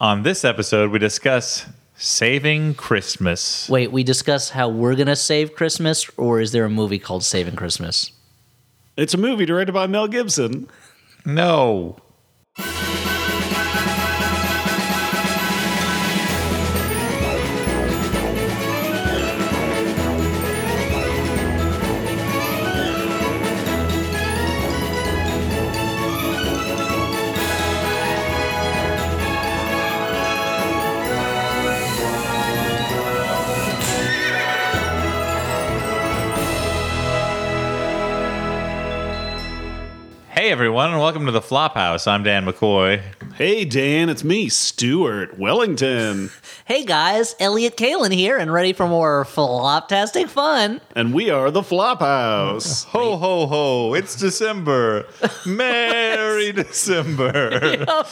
On this episode, we discuss saving Christmas. Wait, we discuss how we're gonna save Christmas, or is there a movie called Saving Christmas? It's a movie directed by Mel Gibson. No. Hey everyone, and welcome to the Flophouse. I'm Dan McCoy. Hey, Dan, it's me, Stuart Wellington. Hey guys, Elliot Kalen here, and ready for more floptastic fun. And we are the Flophouse. Ho ho ho! It's December. Merry December. Oh,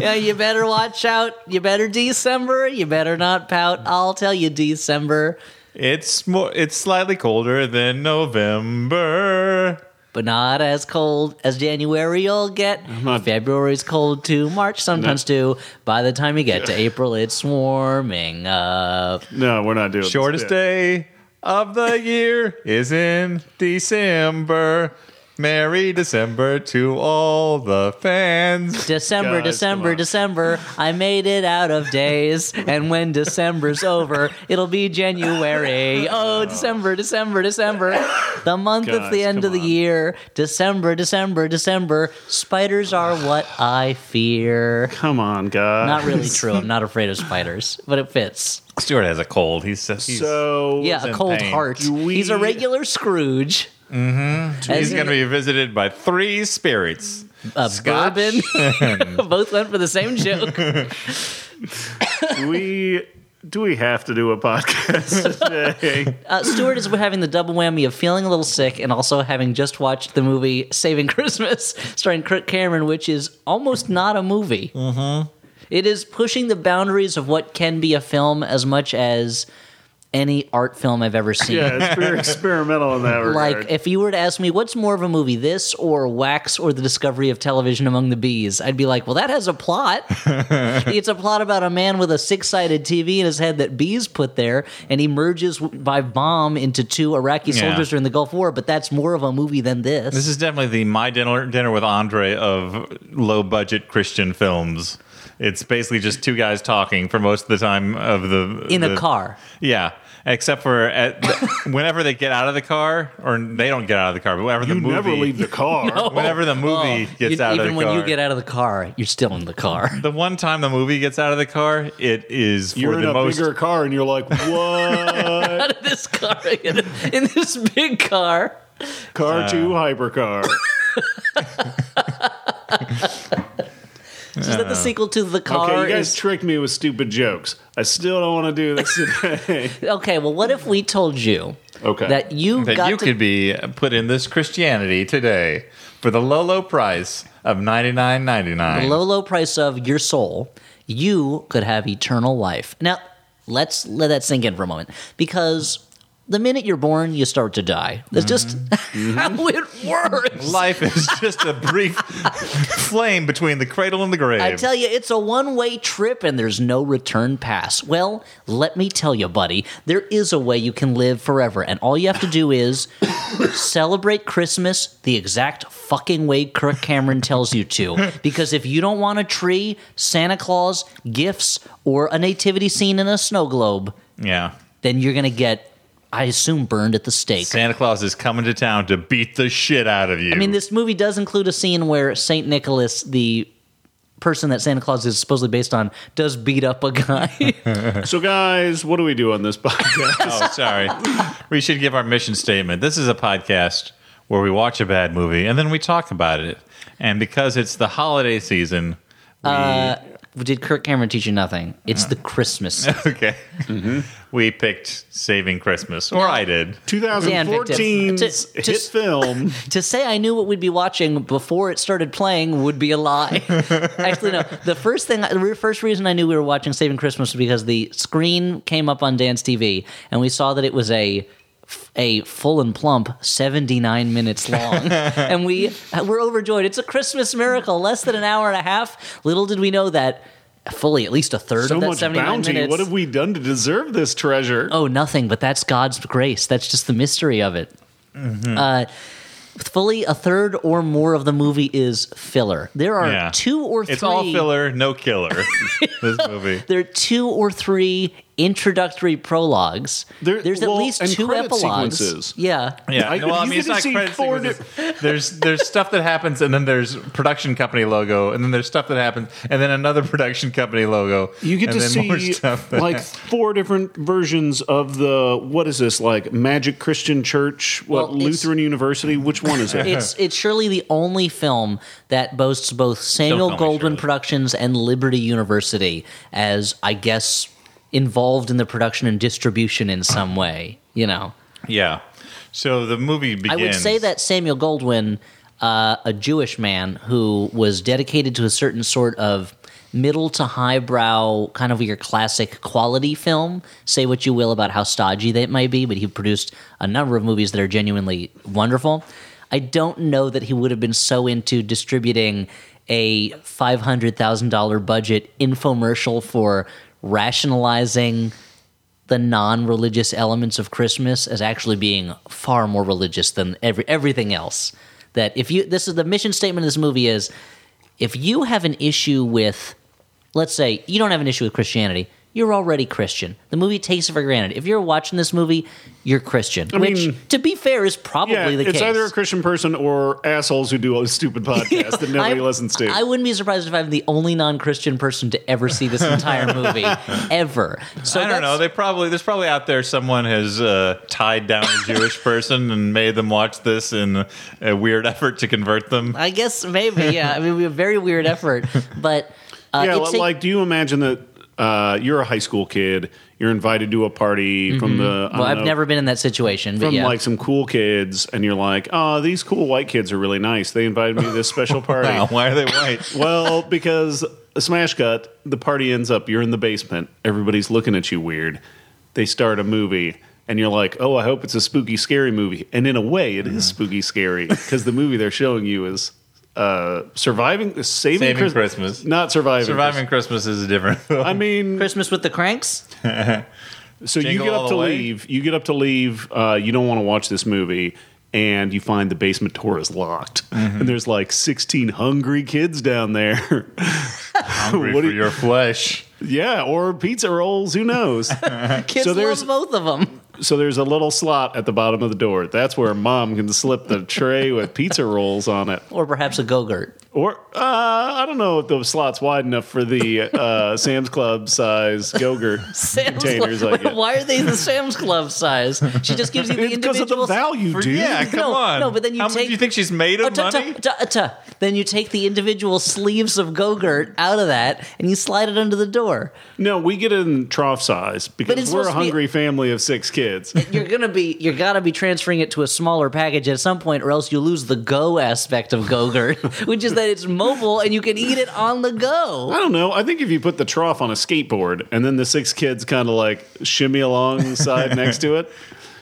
yeah, you better watch out. You better December. You better not pout. I'll tell you December, It's more. It's slightly colder than November. but not as cold as January you'll get. not- February's cold too. March sometimes too. By the time you get to April, it's warming up. No, we're not doing this Shortest bit. day of the year is in December. Merry December to all the fans. December, Guys, come December, on. December. I made it out of days, and when December's over, it'll be January. Oh, December, December, December. The month at Guys, the end come of the on. year. December, December, December. Spiders are what I fear. Come on, guys. Not really true. I'm not afraid of spiders, but it fits. Stuart has a cold. He's, he's So, Yeah, a in cold pain. heart. Do we- He's a regular Scrooge. Mm-hmm. he's going to be visited by three spirits. a Scotch. bourbon. Both went for the same joke. do we do we have to do a podcast today? Uh, Stuart is having the double whammy of feeling a little sick and also having just watched the movie Saving Christmas, starring Kirk Cameron, which is almost not a movie. Mm-hmm. is pushing the boundaries of what can be a film as much as any art film I've ever seen. yeah, it's very experimental in that regard. Like, if you were to ask me what's more of a movie, this or Wax or the discovery of television among the bees, I'd be like, well, that has a plot. it's a plot about a man with a six sided TV in his head that bees put there, and he merges w- by bomb into two Iraqi Yeah. soldiers during the Gulf War, but that's more of a movie than this. This is definitely the my dinner dinner with Andre of low budget Christian films. It's basically just two guys talking for most of the time of the in a the- car. Yeah, except for at whenever they get out of the car, or they don't get out of the car, but whenever the you movie, never leave the car. whenever the movie gets You- out Oh, even of the when car, you get out of the car, you're still in the car. the one time the movie gets out of the car, it is for You're in the a most. bigger car and you're like, what? out of this car, in, in this big car. car two, hypercar. Is that the sequel to the car? Okay, you guys is- tricked me with stupid jokes. I still don't want to do this today. Okay, well, what if we told you Okay. that you that got you to, could be uh, put in this Christianity today for the low low price of ninety nine ninety nine. low, low price of your soul, you could have eternal life. Now, let's let that sink in for a moment because the minute you're born, you start to die. That's just how it works. Life is just a brief flame between the cradle and the grave. I tell you, it's a one way trip and there's no return pass. Well, let me tell you, buddy, there is a way you can live forever, and all you have to do is celebrate Christmas the exact fucking way Kirk Cameron tells you to. Because if you don't want a tree, Santa Claus, gifts, or a nativity scene in a snow globe, yeah. then you're going to get, I assume, burned at the stake. Santa Claus is coming to town to beat the shit out of you. I mean, this movie does include a scene where Saint Nicholas, the person that Santa Claus is supposedly based on, does beat up a guy. so, guys, what do we do on this podcast? oh, sorry. we should give our mission statement. This is a podcast where we watch a bad movie and then we talk about it. And because it's the holiday season, we, Did Kirk Cameron teach you nothing? It's the Christmas. okay, Mm-hmm. we picked Saving Christmas, or I did. 2014's To- to- hit film. to say I knew what we'd be watching before it started playing would be a lie. Actually, no. The first thing, the first reason I knew we were watching Saving Christmas was because the screen came up on Dan's TV, and we saw that it was a a full and plump 79 minutes long and we were overjoyed it's a christmas miracle less than an hour and a half little did we know that fully at least a third So of that much 79 bounty. minutes. What have we done to deserve this treasure? Oh, nothing, but that's God's grace. That's just the mystery of it. Mm-hmm. Uh, fully a third or more of the movie is filler. There are Yeah. two or three. It's all filler, no killer. this movie. There are two or three introductory prologues. There- There's at well, least and two credit epilogues. sequences. Yeah. Yeah, I- well, I you mean, it's could've not seen credit four sequences. There's there's stuff that happens, and then there's production company logo, and then there's stuff that happens, and then another production company logo. You get and to then more see stuff that- like four different versions of the what is this like Magic Christian Church, what Well, it's- Lutheran University? Which one is it? It's it's surely the only film that boasts both Samuel Don't call me Goldwyn Shirley. Productions and Liberty University as I guess involved in the production and distribution in some way, you know. yeah. So the movie begins. I would say that Samuel Goldwyn, uh, a Jewish man who was dedicated to a certain sort of middle to highbrow, kind of your classic quality film. Say what you will about how stodgy that may be, but he produced a number of movies that are genuinely wonderful. I don't know that he would have been so into distributing a $500,000 budget infomercial for rationalizing the non-religious elements of Christmas as actually being far more religious than every everything else. That if you this is the mission statement of this movie is if you have an issue with let's say you don't have an issue with Christianity, you're already Christian. The movie takes it for granted. If you're watching this movie, you're Christian, which mean- to be fair is probably yeah, the it's case. either a Christian person or assholes who do all this stupid podcast that nobody I- listens to. I wouldn't be surprised if I'm the only non-Christian person to ever see this entire movie ever. So I don't that's- know. They probably there's probably out there someone has uh, tied down a Jewish person and made them watch this in a weird effort to convert them. I guess maybe, yeah. I mean, we have a very weird effort, but uh, yeah, it li- take- like do you imagine that uh, you're a high school kid? You're invited to a party from the I Mm-hmm. well, I've don't know, never been in that situation, but from yeah, like some cool kids, and you're like, oh, these cool white kids are really nice. They invited me to this special party. Wow, why are they white? Well, because a smash cut, the party ends up, you're in the basement, everybody's looking at you weird. They start a movie, and you're like, oh, I hope it's a spooky, scary movie. And in a way, it is spooky, scary, because the movie they're showing you is uh, surviving, saving, Saving Christ- Christmas. Not surviving. Surviving Christ- Christmas is a different. I mean, Christmas with the Cranks. so you Jingle get All up the to Way? leave. You get up to leave. Uh, you don't want to watch this movie, and you find the basement door is locked, Mm-hmm. and there's like 16 hungry kids down there. Hungry What for do you- your flesh. Yeah, or pizza rolls. Who knows? Kids So there's- love both of them. so there's a little slot at the bottom of the door. That's where mom can slip the tray with pizza rolls on it. Or perhaps a go-gurt. Or uh, I don't know if the slot's wide enough for the uh, Sam's Club size yogurt Sam's containers. Club. I get. Why are they the Sam's Club size? She just gives you the It's because of the individual value, For- dude. yeah, come No, on. no, but then you How take- much do you think she's made Oh, of ta- ta- money? ta- ta. Then you take the individual sleeves of Go-Gurt out of that and you slide it under the door. No, we get it in trough size it's because we're a supposed to be- hungry family of six kids. You're gonna be you're gotta be transferring it to a smaller package at some point, or else you lose the go aspect of Go-Gurt, which is that it's mobile and you can eat it on the go. I don't know. I think if you put the trough on a skateboard and then the six kids kind of like shimmy along the side next to it,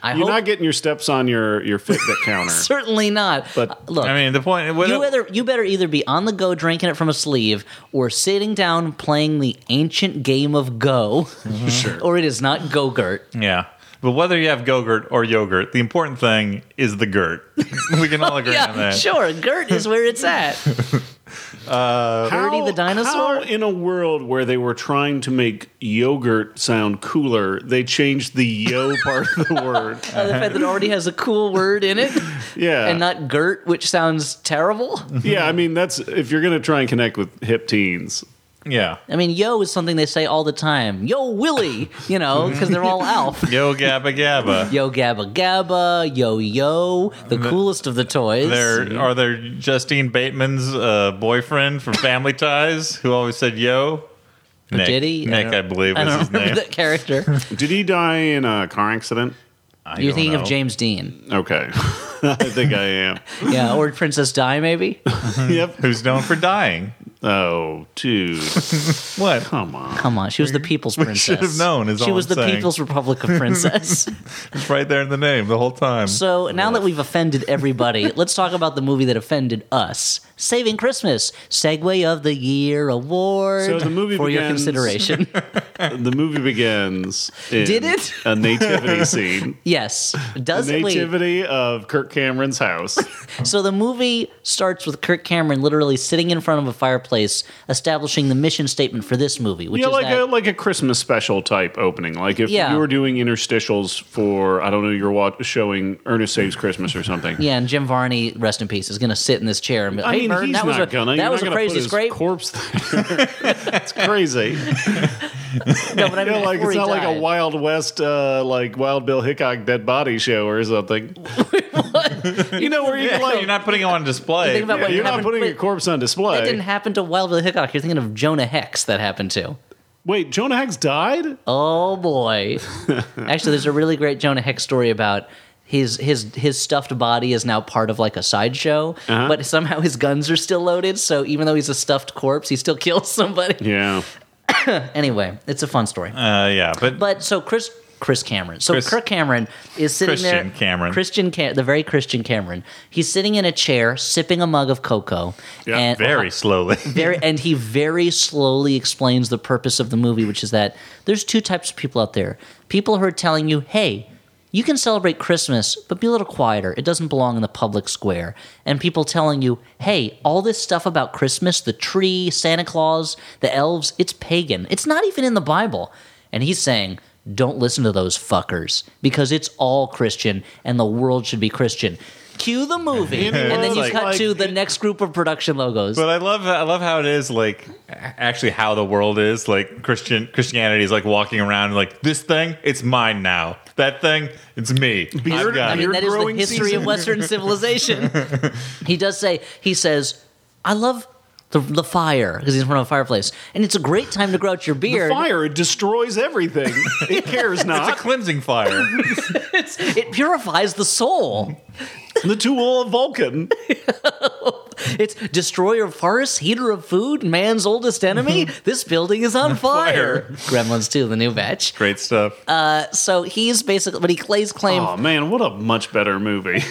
I you're hope not getting your steps on your your Fitbit counter. certainly not. But- Uh, look, I mean, uh, the point. What, you either you better either be on the go drinking it from a sleeve, or sitting down playing the ancient game of Go, or it is not Go-Gurt. yeah. But whether you have go-gurt or yogurt, the important thing is the gurt. we can all agree on Yeah, that. sure. Gert is where it's at. Gertie the dinosaur? How in a world where they were trying to make yogurt sound cooler, they changed the yo part of the word. Uh, the fact that it already has a cool word in it, Yeah. and not Gert, which sounds terrible. yeah, I mean that's if you're gonna try and connect with hip teens. Yeah. I mean, yo is something they say all the time. Yo, Willie, you know, because they're all Alf. Yo gabba gabba. Yo, Gabba Gabba, yo, yo, the Mm-hmm. coolest of the toys. There are there Justine Bateman's uh, boyfriend from Family Ties who always said yo. Nick, did he? Nick, I, I believe I was don't his remember name. that character. Did he die in a car accident? I You're don't thinking know. of James Dean. Okay. I think I am. Yeah, or Princess Di, maybe? yep. who's known for dying. Oh, dude. What? Come on. Come on, she was the people's princess. should have known, is she all was I'm the saying. People's Republic of Princess. It's right there in the name the whole time. so now that we've offended everybody, let's talk about the movie that offended us: Saving Christmas, Segway of the Year Award So the movie for your begins- consideration. The movie begins. In Did it? A nativity scene. yes, does it? Wait. nativity of Kirk Cameron's house. So the movie starts with Kirk Cameron literally sitting in front of a fireplace, establishing the mission statement for this movie, which Yeah, is like that a like a Christmas special type opening. Like if Yeah. you were doing interstitials for I don't know, you're watch, showing Ernest Saves Christmas or something. yeah, and Jim Varney, rest in peace, is going to sit in this chair and be like, I "Hey, mean, Vern, he's that was not a, gonna. that You're was not a gonna put crazy his scrape." corpse. There. it's crazy. no, but I mean, Yeah, like before it's he not like a died. Wild West, uh, like Wild Bill Hickok dead body show or something. You know where you Yeah, can like you're not putting it on display. Think about yeah, what you're not happened- putting wait, your corpse on That didn't display. happen to Wild Bill Hickok. You're thinking of Jonah Hex that happened to. Wait, Jonah Hex died? Oh boy. Actually, there's a really great Jonah Hex story about his his his stuffed body is now part of like a sideshow, Uh-huh. but somehow his guns are still loaded. So even though he's a stuffed corpse, he still kills somebody. Yeah. Anyway, it's a fun story. Uh, yeah, but, But so Chris Chris Cameron. So Chris- Kirk Cameron is sitting Christian there. Cameron. Christian Cam- the very Christian Cameron. He's sitting in a chair, sipping a mug of cocoa. Yeah, and very slowly. very and he very slowly explains the purpose of the movie which is that there's two types of people out there people who are telling you hey you can celebrate christmas but be a little quieter it doesn't belong in the public square and people telling you hey all this stuff about christmas the tree santa claus the elves it's pagan it's not even in the bible and he's saying don't listen to those fuckers because it's all christian and the world should be christian cue the movie and then was you like- cut to like- the next group of production logos But I love I love how it is like actually how the world is like Christian Christianity is like walking around like this thing it's mine now that thing it's me I've Beard- got I it. mean, Your that is the growing history season. of Western civilization. he does say, he says, I love the, the fire because he's in front of a fireplace. And it's a great time to grow out your beard. Fire it destroys everything. It cares It's a not. cleansing fire. It's- it purifies the soul. the tool of Vulcan. It's destroyer of forests, heater of food, man's oldest enemy. this building is on fire. Gremlins 2, the new batch. Great stuff. So he's basically, but he lays claim Oh man, what a much better movie.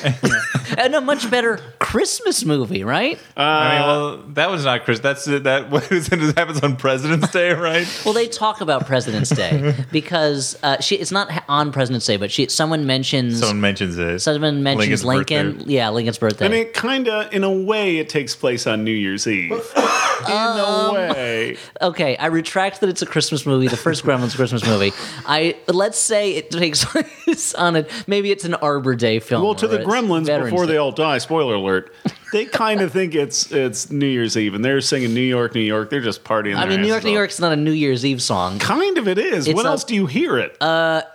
and a much better Christmas movie, right? Uh. I mean, well, that was not Chris. That's that what is it happens on President's Day, right? Well, they talk about President's Day because uh, she, it's not on President's Day, but she, someone mentions Someone mentions it. Someone mentions Lincoln's Lincoln. birthday. Yeah, Lincoln's birthday. And it kinda in a way it takes place on New Year's Eve. Um, In a way. okay, I retract that it's a Christmas movie, the first Gremlins Christmas movie. I let's say it takes place on it. Maybe it's an Arbor Day film. Well, to or the it's gremlins Veterans before Day. they all die, spoiler alert, they kind of think it's it's New Year's Eve and they're singing New York, New York. They're just partying. I their mean, New York, asses New off. York's not a New Year's Eve song. Kind of it is. It's when a- uh, else do you hear it?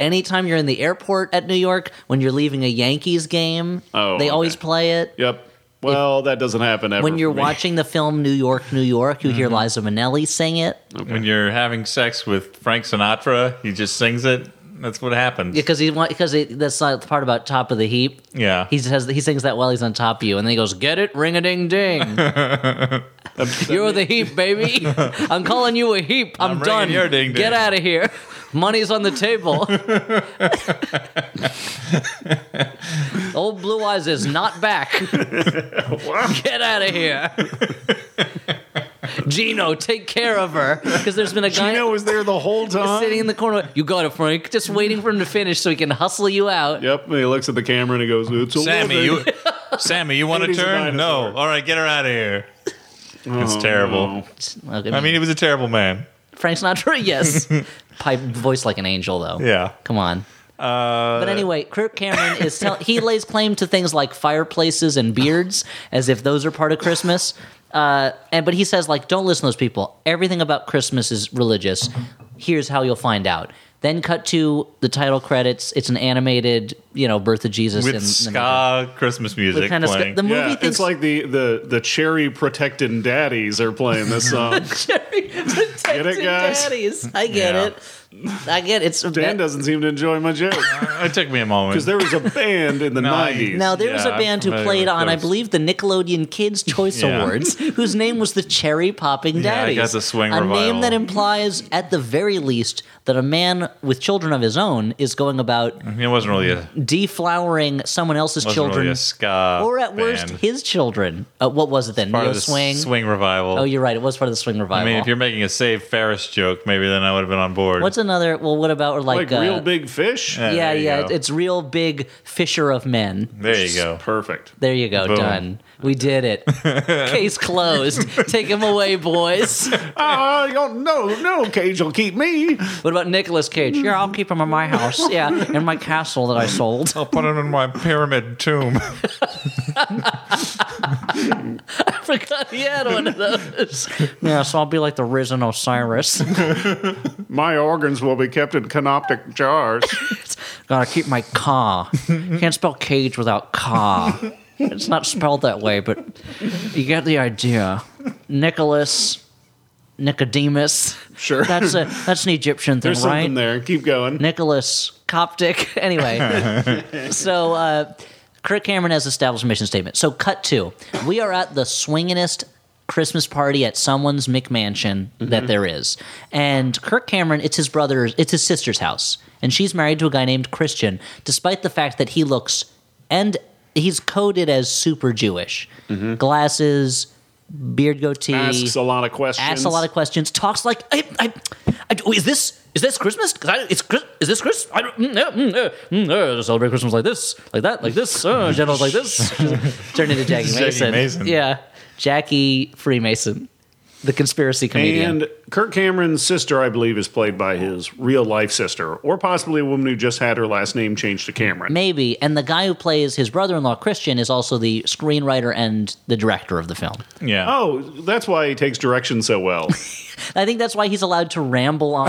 Anytime you're in the airport at New York, when you're leaving a Yankees game, Oh, they always okay. play it. yep. Well, that doesn't happen ever. When you're for me. Mm-hmm. watching the film New York, New York, you hear Liza Minnelli sing it When you're having sex with Frank Sinatra, he just sings it. That's what happens. because he wa- because he, that's not the part about top of the heap. Yeah. He says he sings that while he's on top of you, and then he goes, "Get it, ring a ding ding. You're the heap, baby. I'm calling you a heap. I'm, I'm ringing done. your ding-ding." Get out of here. Money's on the table. Old Blue Eyes is not back. Get out of here. Gino, take care of her because there's been a guy Gino was there the whole time. sitting in the corner. You got it, Frank. Just waiting for him to finish so he can hustle you out. Yep, and he looks at the camera and he goes, "It's a Sammy, living." you Sammy, you want to He's a turn? No. dinosaur. All right, get her out of here. It's Oh, terrible. no. Okay, I mean, he was a terrible man. Frank Sinatra, yes. Pipe voice like an angel, though. Yeah. Come on. Uh, but anyway, Kirk Cameron is tell- he lays claim to things like fireplaces and beards as if those are part of Christmas. Uh, and but he says like, don't listen to those people. Everything about Christmas is religious. Here's how you'll find out. Then cut to the title credits. It's an animated, you know, Birth of Jesus With and- and ska Christmas music kind of ska- playing. the movie Yeah, thinks it's like the the the cherry protecting daddies are playing this song. Jerry Get it, and guys? daddies. I get Yeah. it. I get it. It's Dan that- doesn't seem to enjoy my joke Uh, It took me a moment. because there was a band in the No, I- nineties. now there was Yeah, a I'm band who familiar played with on, I those. believe, the Nickelodeon Kids Choice Yeah. Awards, whose name was the Cherry Popping Yeah, I Daddies. got the swing a name revival. that implies, at the very least, that a man with children of his own is going about it wasn't really a, deflowering someone else's Mm-hmm. wasn't children, really a ska or at worst, band. his children. Uh, what was it then? part Neo of the swing. swing revival. Oh, you're right. It was part of the swing I revival. mean, if you're making a Save Ferris joke, maybe then I would have been on board. What's another? Well, what about like like, uh, real big fish. Yeah, yeah, there you yeah. go. It's real big fisher of men. there you go. Perfect. There you go. Boom. Done. We did it. Case closed. Take him away, boys. Ah, you don't- no, no cage will keep me. What about Nicolas Cage? Yeah, I'll keep him in my house. Yeah, in my castle that I sold. I'll put him in my pyramid tomb. I forgot he had one of those. Yeah, so I'll be like the risen Osiris. My organs will be kept in canoptic jars. Gotta keep my car. Can't spell cage without car. It's not spelled that way, but you get the idea. Nicholas, Nicodemus. Sure. That's a that's an Egyptian thing, There's right? something there. Keep going. Nicholas Coptic. Anyway, so uh, Kirk Cameron has established a mission statement. So, cut two. We are at the swinginest Christmas party at someone's McMansion that there is, and Kirk Cameron. It's his brother's. It's his sister's house, and she's married to a guy named Christian. Despite the fact that he looks and he's coded as super Jewish, glasses, beard goatee, Asks a lot of questions. asks a lot of questions, talks like, I, I, I, oh, is this is this Christmas? 'Cause I, it's Chris- is this Christmas? I don't mm, uh, mm, uh, mm, uh, to celebrate Christmas like this, like that, like this. Uh, generals like this. Turn into Jackie Jackie Mason. Mason. Yeah, Jackie Freemason, the conspiracy comedian. And Kirk Cameron's sister, I believe, is played by his real life sister, or possibly a woman who just had her last name changed to Cameron. Maybe, and the guy who plays his brother-in-law Christian is also the screenwriter and the director of the film. yeah. Oh, that's why he takes direction so well. I think that's why he's allowed to ramble on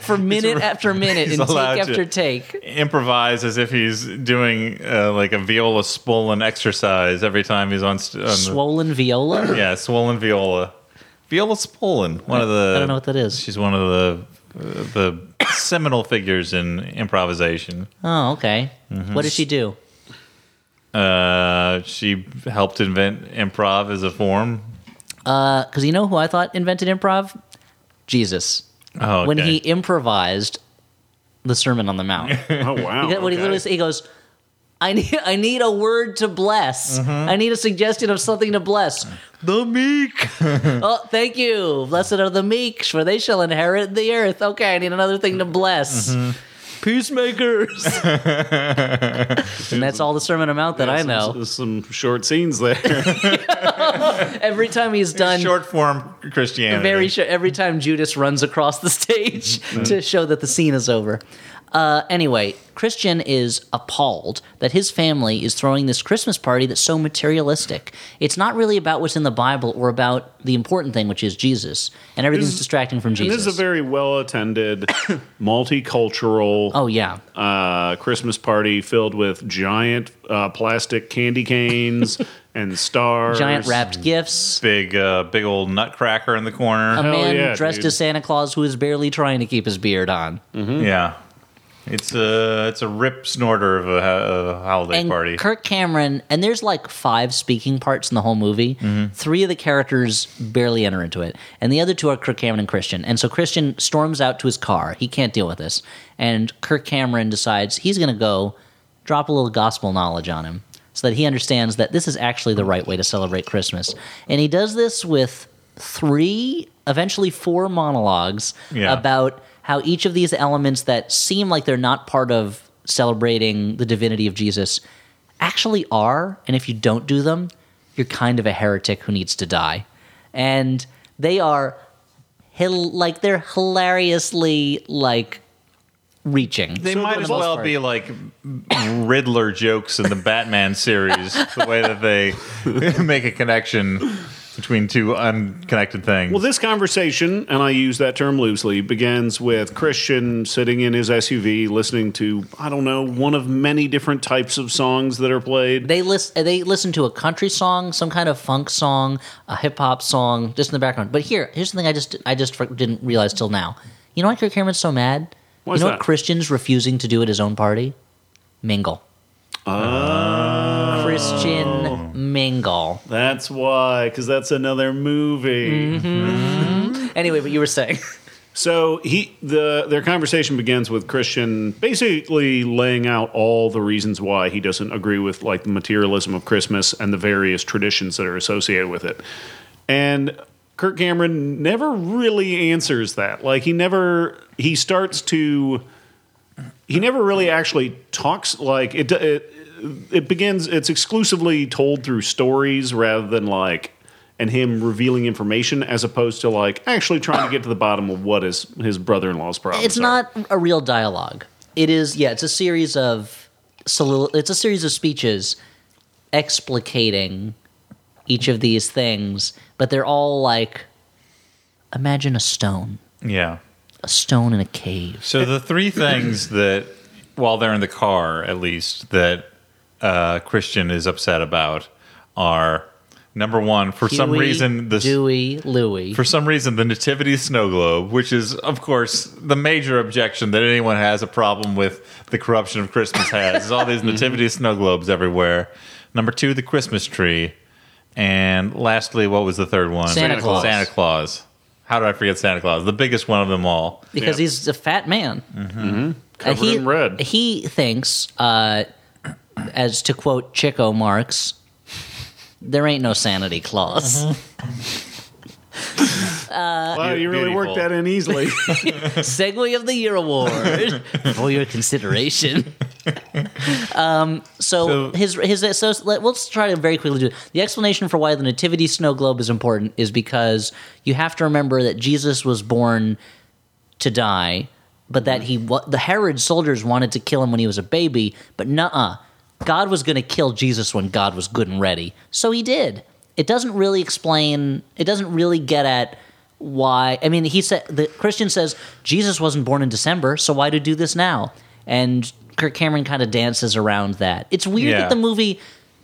for minute after minute he's and take allowed to- after take. improvise as if he's doing uh, like a viola swollen exercise every time he's on. St- on the- Swollen viola. yeah, swollen viola. Viola swollen. One of the. I don't know what that is. She's one of the uh, the seminal figures in improvisation. Oh, okay. What did she do? Uh, she helped invent improv as a form. Because Uh, you know who I thought invented improv? Jesus. Oh, When okay. he improvised the Sermon on the Mount, Oh, wow. What he okay. literally said, he goes, "I need, I need a word to bless. I need a suggestion of something to bless." the meek. oh, thank you. Blessed are the meek, for they shall inherit the earth. Okay, I need another thing to bless. Peacemakers. and that's all the Sermon on the Mount that I Some- know. Some, short scenes there. Every time he's done Short form Christianity. very sure every time Judas runs across the stage Mm-hmm. to show that the scene is over. Uh, anyway, Christian is appalled that his family is throwing this Christmas party that's so materialistic. It's not really about what's in the Bible or about the important thing, which is Jesus, and everything's This- distracting from It Jesus. is a very well attended, multicultural oh yeah, uh, Christmas party filled with giant uh, plastic candy canes and stars. giant wrapped gifts. Big, uh, big old nutcracker in the corner. A Hell man yeah, dressed dude. as Santa Claus who is barely trying to keep his beard on. Yeah, it's a it's a rip snorter of a, ho- a holiday and party. Kirk Cameron, and there's like five speaking parts in the whole movie. Mm-hmm. Three of the characters barely enter into it, and the other two are Kirk Cameron and Christian. And so Christian storms out to his car. He can't deal with this, and Kirk Cameron decides he's going to go drop a little gospel knowledge on him so that he understands that this is actually the right way to celebrate Christmas. And he does this with three, eventually four monologues Yeah. about how each of these elements that seem like they're not part of celebrating the divinity of Jesus actually are. And if you don't do them, you're kind of a heretic who needs to die. And they are hil- like they're hilariously like reaching. They So might the as most well part- be like Riddler jokes in the Batman series, the way that they make a connection between two unconnected things. Well, this conversation, and I use that term loosely, begins with Christian sitting in his SUV listening to, I don't know, one of many different types of songs that are played. They list they listen to a country song, some kind of funk song, a hip hop song, just in the background. But here, here's the thing I just I just for- didn't realize till now. You know why Kirk Cameron's so mad? Why you is know that? what Christian's refusing to do at his own party? Mingle. Christian Mingle. That's why, because that's another movie. Anyway, what you were saying. So he the their conversation begins with Christian basically laying out all the reasons why he doesn't agree with like the materialism of Christmas and the various traditions that are associated with it. And Kirk Cameron never really answers that. Like he never he starts to he never really actually talks like it it, it begins it's exclusively told through stories rather than like and him revealing information as opposed to like actually trying to get to the bottom of what his his brother-in-law's problem it's not a real dialogue. It is yeah, it's a series of solilo- it's a series of speeches explicating each of these things, but they're all like imagine a stone, yeah. a stone in a cave. So the three things that, while they're in the car, at least that uh, Christian is upset about are number one, for some Huey, reason, the Dewey, Louie. for some reason the nativity snow globe which is of course the major objection that anyone has a problem with the corruption of christmas has is all these Mm-hmm. nativity snow globes everywhere number two the christmas tree and lastly what was the third one Santa Claus. santa claus how did i forget santa claus the biggest one of them all because Yeah. he's a fat man. Mm-hmm. And Covered in red. He thinks, uh, as to quote Chico Marx, there ain't no sanity clause. Uh, wow you really Beautiful. worked that in easily Segway of the Year award for your consideration. um, So- so, his his so let, let's try to very quickly do it. The explanation for why the nativity snow globe is important is because you have to remember that Jesus was born to die, but that he wa- the Herod soldiers wanted to kill him when he was a baby, but nuh-uh. God was going to kill Jesus when God was good and ready. So he did. It doesn't really explain it doesn't really get at why I mean he said the Christian says Jesus wasn't born in December, so why do do this now? And Kirk Cameron kind of dances around that. It's weird Yeah. that the movie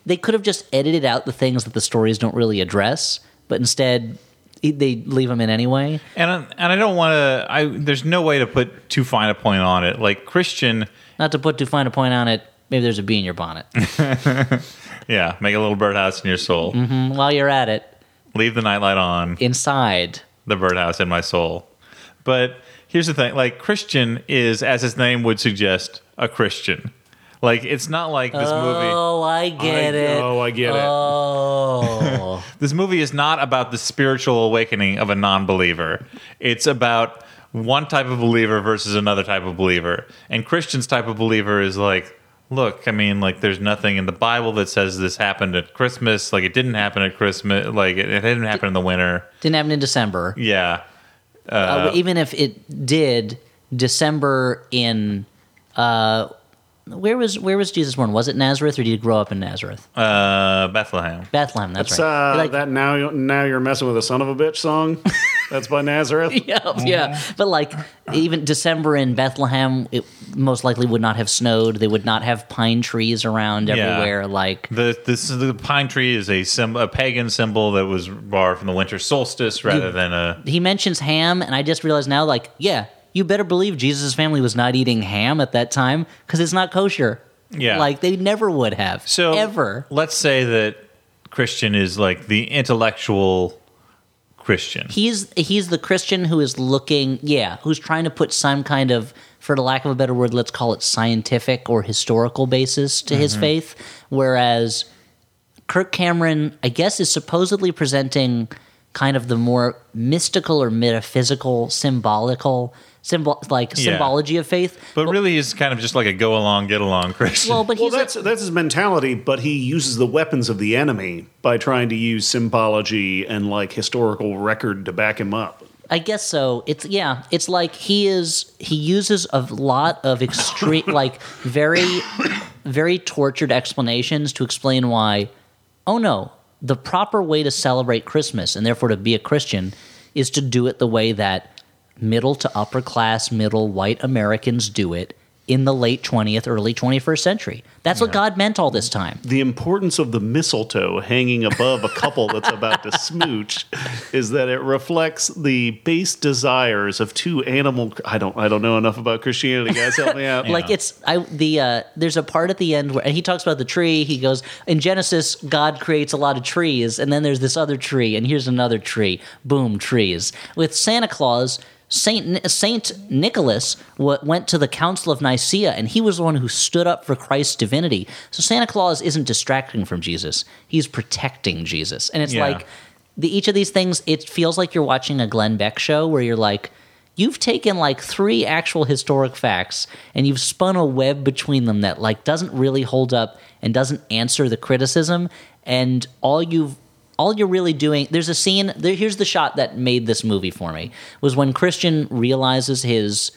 they could have just edited out the things that the stories don't really address, but instead he- they leave them in anyway. and I, and I don't want to i there's no way to put too fine a point on it like christian Not to put too fine a point on it, maybe there's a bee in your bonnet. yeah make a little birdhouse in your soul And Mm, while you're at it, leave the nightlight on inside. the birdhouse in my soul. But here's the thing: like Christian is, as his name would suggest, a Christian. Like it's not like this movie. Oh, I get I- it. oh, I get it. Oh. This movie is not about the spiritual awakening of a non-believer. It's about one type of believer versus another type of believer. And Christian's type of believer is like, look, I mean, like there's nothing in the Bible that says this happened at Christmas. Like it didn't happen at Christmas. Like it, it didn't happen in the winter. Didn't happen in December. Yeah. Uh, even if it did, December in uh, where was where was Jesus born? Was it Nazareth or did he grow up in Nazareth? Uh, Bethlehem. Bethlehem. That's, It's, right. uh, Like- that now you- now you're messing with a son of a bitch song that's by nazareth yeah, yeah. But like even December in Bethlehem, it most likely would not have snowed. They would not have pine trees around Yeah. everywhere. Like The this the pine tree is a sim, a pagan symbol that was borrowed from the winter solstice rather than a he mentions ham, and I just realized now, like, yeah, you better believe Jesus' family was not eating ham at that time because it's not kosher. Yeah. like they never would have. so ever. Let's say that Christian is like the intellectual Christian. He's he's the Christian who is looking, yeah, who's trying to put some kind of, for the lack of a better word, let's call it scientific or historical basis to Mm-hmm. his faith. Whereas Kirk Cameron, I guess, is supposedly presenting kind of the more mystical or metaphysical, symbolical, symbol like Yeah. symbology of faith. but really, he's kind of just like a go along, get along Christian. Well, but Well, he's a- that's that's his mentality, but he uses the weapons of the enemy by trying to use symbology and like historical record to back him up. I guess so. It's yeah. It's like he is. He uses a lot of extreme, like very, very tortured explanations to explain why. Oh no, the proper way to celebrate Christmas and therefore to be a Christian is to do it the way that middle to upper class, middle white Americans do it in the late 20th, early 21st century. That's what God meant all this time. The importance of the mistletoe hanging above a couple that's about to smooch is that it reflects the base desires of two animal. I don't. I don't know enough about Christianity. Guys, help me out. Like it's I the uh there's a part at the end where and he talks about the tree. He goes in Genesis, God creates a lot of trees, and then there's this other tree, and here's another tree. Boom, trees. With Santa Claus, Saint Saint Nicholas wa went to the Council of Nicaea, and he was the one who stood up for Christ's divinity. So Santa Claus isn't distracting from Jesus; he's protecting Jesus, and it's Yeah. like the each of these things it feels like you're watching a glenn beck show where you're like you've taken like three actual historic facts and you've spun a web between them that like doesn't really hold up and doesn't answer the criticism and all you've all you're really doing there's a scene there, here's the shot that made this movie for me was when christian realizes his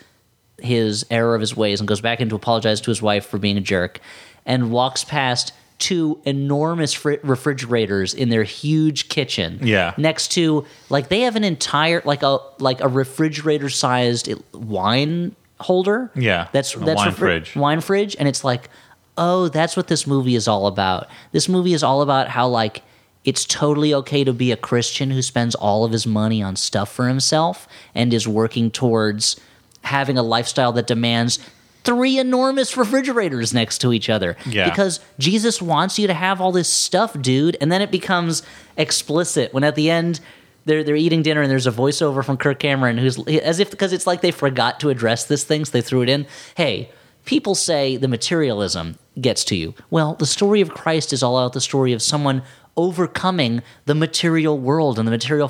his error of his ways and goes back in to apologize to his wife for being a jerk and walks past two enormous fri- refrigerators in their huge kitchen Yeah. next to like they have an entire like a like a refrigerator sized wine holder Yeah, that's a that's wine refri- fridge. wine fridge and it's like oh that's what this movie is all about this movie is all about how like it's totally okay to be a christian who spends all of his money on stuff for himself and is working towards having a lifestyle that demands three enormous refrigerators next to each other Yeah. because jesus wants you to have all this stuff dude and then it becomes explicit when at the end they're, they're eating dinner and there's a voiceover from Kirk Cameron who's as if because it's like they forgot to address this thing, so they threw it in. Hey, people say the materialism gets to you. Well, the story of Christ is all about the story of someone overcoming the material world and the material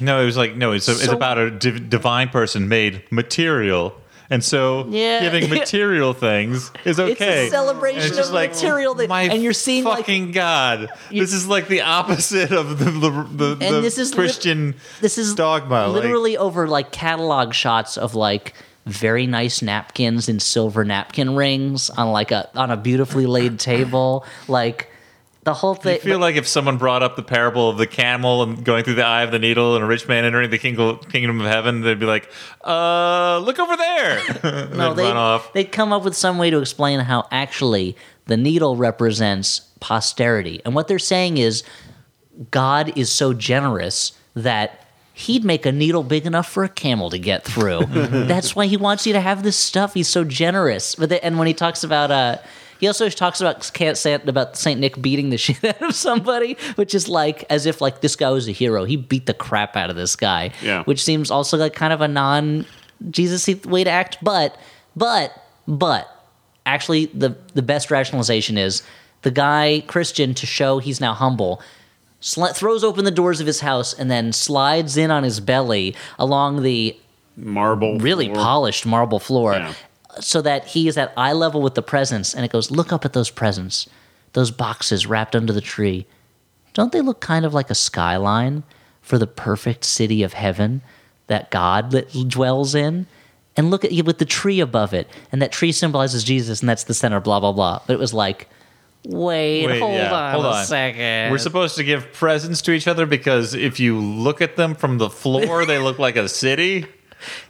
No, it was like no. It's, it's So- about a div- divine person made material, and so Yeah. giving material things is okay. It's a celebration And just of material that- my and you're seeing, like- fucking God. This is like the opposite of the the, the, the this is lit- Christian. this is dogma. like- literally over like catalog shots of like very nice napkins in silver napkin rings on like a on a beautifully laid table like the whole thing I feel like if someone brought up the parable of the camel and going through the eye of the needle and a rich man entering the king- kingdom of heaven, they'd be like, uh, look over there. And no, they'd they, run off. They'd come up with some way to explain how actually the needle represents posterity. And what they're saying is God is so generous that he'd make a needle big enough for a camel to get through. That's why he wants you to have this stuff. He's so generous. But they, and when he talks about uh he also talks about can't say about Saint Nick beating the shit out of somebody, which is like as if like this guy was a hero. He beat the crap out of this guy, Yeah. which seems also like kind of a non Jesus way to act. But but but actually the the best rationalization is the guy Christian to show he's now humble sl- throws open the doors of his house and then slides in on his belly along the Marble. really floor. polished marble floor Yeah. so that he is at eye level with the presents and it goes look up at those presents those boxes wrapped under the tree don't they look kind of like a skyline for the perfect city of heaven that god li- dwells in and look at you with the tree above it and that tree symbolizes jesus and that's the center blah blah blah but it was like wait, Wait, hold, yeah, on hold a on. 2nd We're supposed to give presents to each other because if you look at them from the floor, they look like a city.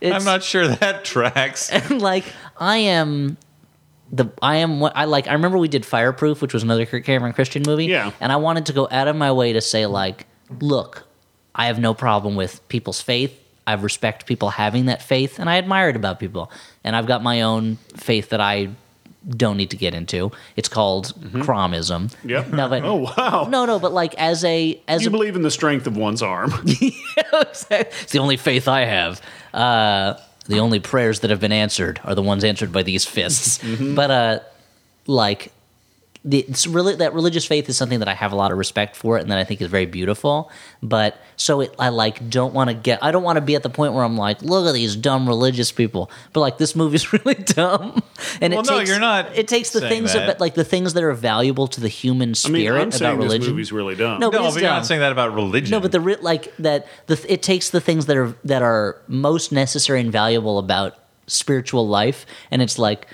I'm not sure that tracks. and like I am the I am what I like. I remember we did Fireproof, which was another Kirk Cameron Christian movie. Yeah. and I wanted to go out of my way to say like, look, I have no problem with people's faith. I respect people having that faith, and I admire it about people. And I've got my own faith that I don't need to get into. It's called Cromism. Yep. No, but Mm-hmm. Oh wow. no, no, but like as a as You a believe in the strength of one's arm. it's the only faith I have. Uh, the only prayers that have been answered are the ones answered by these fists. Mm-hmm. But uh, like, the, it's really that religious faith is something that I have a lot of respect for, and that I think is very beautiful. But so it, I like don't want to get. I don't want to be at the point where I'm like, look at these dumb religious people. But like, this movie's really dumb, and Well, it no, takes you're not It takes the saying things that. about like the things that are valuable to the human I mean, spirit I'm saying about religion. this movie's really dumb. No, No, It is but you're dumb. not saying that about religion. um, No, but the writ like that. The th- it takes the things that are that are most necessary and valuable about spiritual life, and it's like,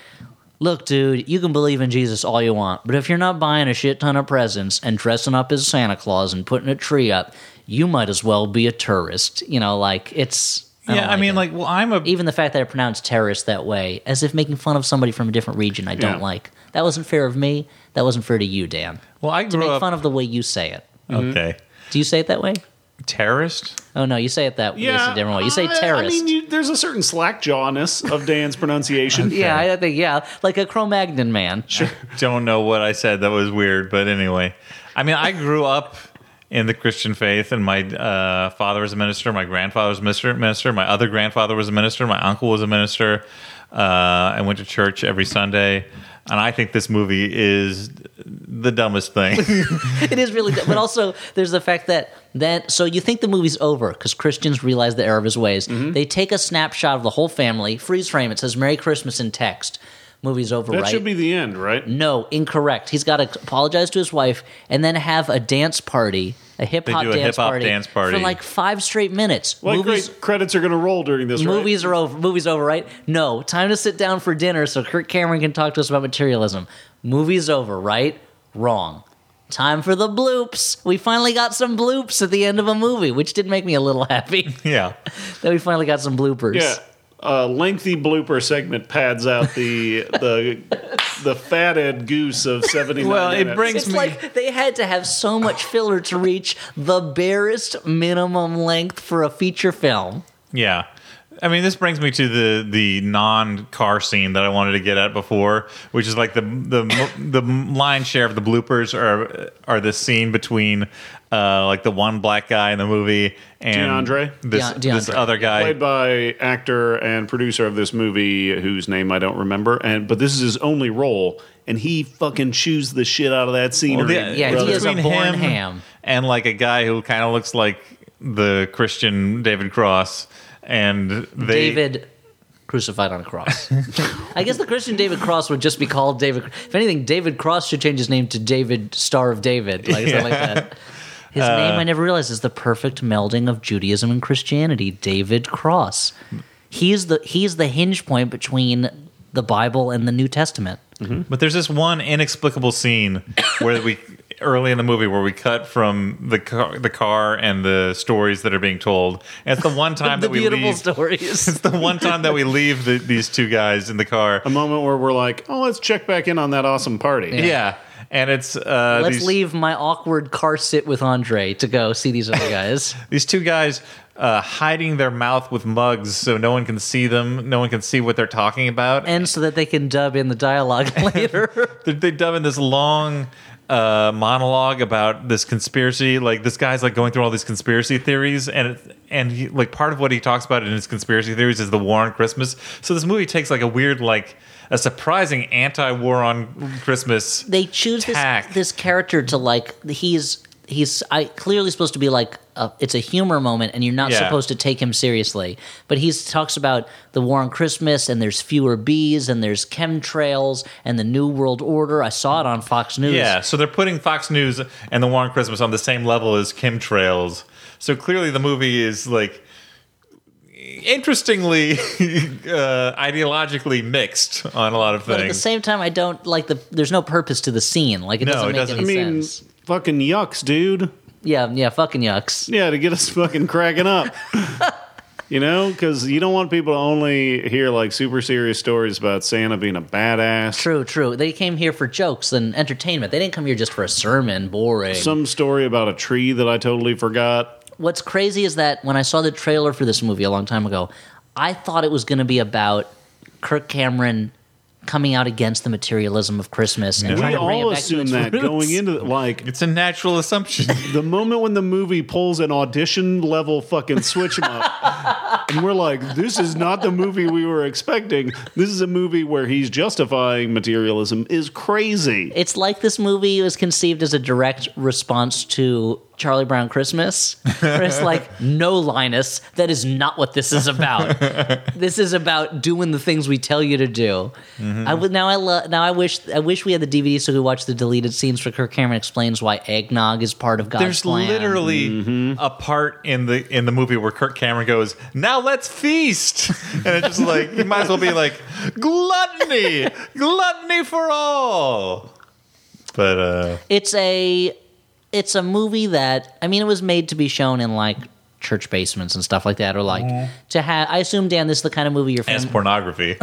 look, dude, you can believe in Jesus all you want, but if you're not buying a shit ton of presents and dressing up as Santa Claus and putting a tree up, you might as well be a tourist. You know, like it's. I don't yeah, I mean, it. like, well, I'm a Even the fact that I pronounced terrorist that way, as if making fun of somebody from a different region, I don't Yeah. like. That wasn't fair of me. That wasn't fair to you, Dan. well, I To grew make up fun of the way you say it. okay Do you say it that way? terrorist. Oh no, you say it that. Yeah, it's a different way. You say I- I terrorist. mean, you, there's a certain slackjawness of Dan's pronunciation. yeah, I I think yeah, like a Cro-Magnon man. Sure. Don't know what I said. That was weird, but anyway, I mean, I grew up in the Christian faith, and my uh, father was a minister. My grandfather was a minister. Minister. My other grandfather was a minister. My uncle was a minister. Uh, I went to church every Sunday, and I think this movie is the dumbest thing. it is really, but also there's the fact that that so you think the movie's over because Christians realize the error of his ways. They take a snapshot of the whole family, freeze frame. It says "Merry Christmas" in text. Movie's over, That right? should be the end, right? no, incorrect. He's got to apologize to his wife and then have a dance party, a hip hop do a dance hip-hop party, dance party. for like five straight minutes. Like, Movies- great credits are going to roll during this, right? Movies are over. Movies over, right? No, time to sit down for dinner so Kirk Cameron can talk to us about materialism. Movies over, right? Wrong. Time for the bloops. We finally got some bloops at the end of a movie, which did make me a little happy yeah. that we finally got some bloopers. Yeah. A lengthy blooper segment pads out the the the fatted goose of 79 Well, it minutes. brings- It's like they had to have so much filler to reach the barest minimum length for a feature film. Yeah. I mean, this brings me to the the non car scene that I wanted to get at before, which is like the the the lion share of the bloopers are are the scene between uh, like the one black guy in the movie and DeAndre? this De- this DeAndre. other guy. played by actor and producer of this movie whose name I don't remember and but this is his only role and he fucking chews the shit out of that scenery. the- Yeah, he brother. is a between him born ham. and like a guy who kind of looks like the Christian David Cross, and they David crucified on a cross. I guess the Christian David Cross would just be called David. If anything, David Cross should change his name to David Star of David, like something like that. His Uh, name I never realized is the perfect melding of Judaism and Christianity. David Cross. He's the he's the hinge point between the Bible and the New Testament. But there's this one inexplicable scene where we early in the movie where we cut from the car, the car and the stories that are being told. And it's the one time the that we beautiful leave. stories. It's the one time that we leave the, these two guys in the car. a moment where we're like, "Oh, let's check back in on that awesome party." yeah. and it's uh, Let's these, leave my awkward car sit with Andre to go see these other guys. these two guys uh, hiding their mouth with mugs so no one can see them. No one can see what they're talking about. and so that they can dub in the dialogue later. they they dub in this long uh, monologue about this conspiracy. Like this guy's like going through all these conspiracy theories, and it, and he, like part of what he talks about in his conspiracy theories is the war on Christmas. So this movie takes like a weird like a surprising anti-war on Christmas. they choose this, Tack. this character to like he's he's I clearly supposed to be like a, it's a humor moment and you're not Yeah. supposed to take him seriously but he talks about the war on christmas and there's fewer bees and there's chemtrails and the new world order i saw it on fox news Yeah, so they're putting Fox News and the war on Christmas on the same level as chemtrails. So clearly, the movie is like interestingly uh, ideologically mixed on a lot of but at the things. same time i don't like the there's no purpose to the scene like it No, doesn't it make doesn't. I any mean, sense fucking yucks, dude. yeah yeah fucking yucks Yeah, to get us fucking cracking up. you know, because you don't want people to only hear like super serious stories about Santa being a badass. True, true. They came here for jokes and entertainment. They didn't come here just for a sermon. Boring. Some story about a tree that I totally forgot. what's crazy is that when I saw the trailer for this movie a long time ago, I thought it was going to be about Kirk Cameron coming out against the materialism of Christmas and trying We to bring it all back to assume its that roots. going into the, like it's a natural assumption. the moment when the movie pulls an audition level fucking switch 'em up, and we're like, this is not the movie we were expecting. This is a movie where he's justifying materialism is crazy. It's like this movie was conceived as a direct response to Charlie Brown Christmas. Where it's like, no, Linus, that is not what this is about. this is about doing the things we tell you to do. Mm-hmm. I would now I love now I wish I wish we had the DVD so we could watch the deleted scenes where Kirk Cameron explains why eggnog is part of God's There's plan. literally a part in the in the movie where Kirk Cameron goes, "Now let's feast," and it's just like you might as well be like gluttony, gluttony for all. But uh, it's a it's a movie that I mean it was made to be shown in like church basements and stuff like that or like to have I assume Dan this is the kind of movie your Mm-hmm. as fam- pornography,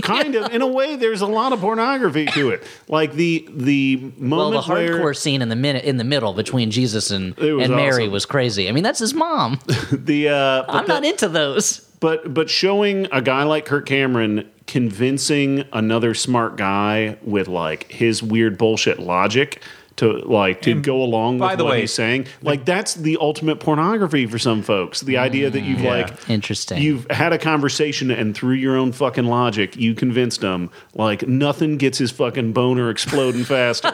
kind of in a way there's a lot of pornography to it like the the well the moment hardcore where scene in the minute in the middle between Jesus and It was and Mary awesome. was crazy. I mean that's his mom. the uh but, I'm the- not into those. but but showing a guy like Kirk Cameron convincing another smart guy with like his weird bullshit logic to like to go along by with the what way- he's saying like that's the ultimate pornography for some folks the idea that you've yeah. like Interesting. You've had a conversation, and through your own fucking logic, you convinced him like nothing gets his fucking boner exploding faster.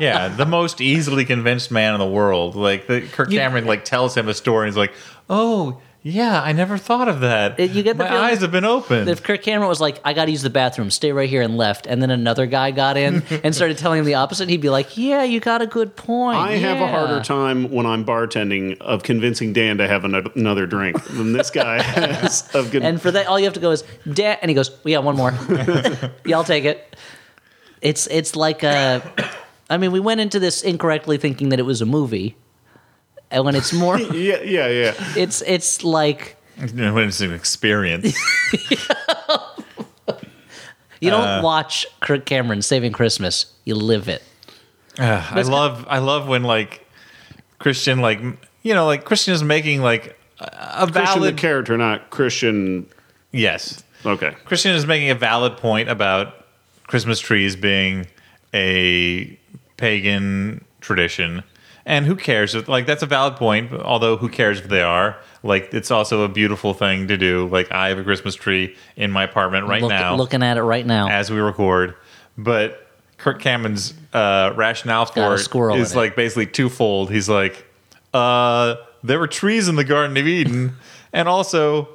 yeah, the most easily convinced man in the world. Like the, Kirk Cameron, like tells him a story, and he's like, "Oh." Yeah, I never thought of that. It- you get the My feeling- eyes have been open. if Kirk Cameron was like, I gotta use the bathroom, stay right here and left, and then another guy got in and started telling him the opposite, he'd be like, Yeah, you got a good point. I have a yeah." harder time when I'm bartending of convincing Dan to have ano- another drink than this guy has of good. And for that, all you have to go is Dan, and he goes, "We got one more. Y'all take it." It's it's like a. I mean, we went into this incorrectly thinking that it was a movie, and when it's more, yeah, yeah, yeah. it's it's like When it's an experience. you don't Uh, watch Kirk Cameron Saving Christmas; you live it. Ugh, I love I love when like Christian like m- you know like Christian is making like a a Christian the valid character, not Christian. yes Okay, Christian is making a valid point about Christmas trees being a pagan tradition. And who cares? If, like, that's a valid point, although who cares if they are? Like, it's also a beautiful thing to do. Like, I have a Christmas tree in my apartment right Look- now looking at it right now. as we record. But Kirk Cameron's uh, rationale got for a squirrel it is in it. like basically twofold. He's like, uh, there were trees in the Garden of Eden, and also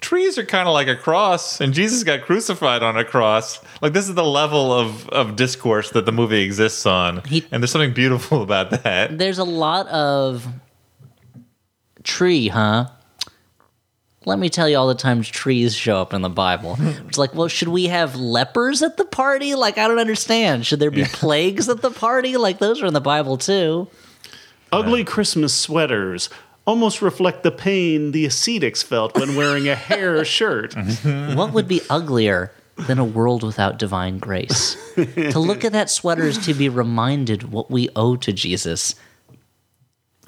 trees are kind of like a cross, and Jesus got crucified on a cross. Like this is the level of of discourse that the movie exists on, He- and there's something beautiful about that. There's a lot of tree, huh? Let me tell you all the times trees show up in the Bible. It's like, well, should we have lepers at the party? Like, I don't understand. Should there be plagues at the party? Like, those are in the Bible too. ugly Christmas sweaters almost reflect the pain the ascetics felt when wearing a hair shirt. What would be uglier than a world without divine grace? to look at that sweater is to be reminded what we owe to Jesus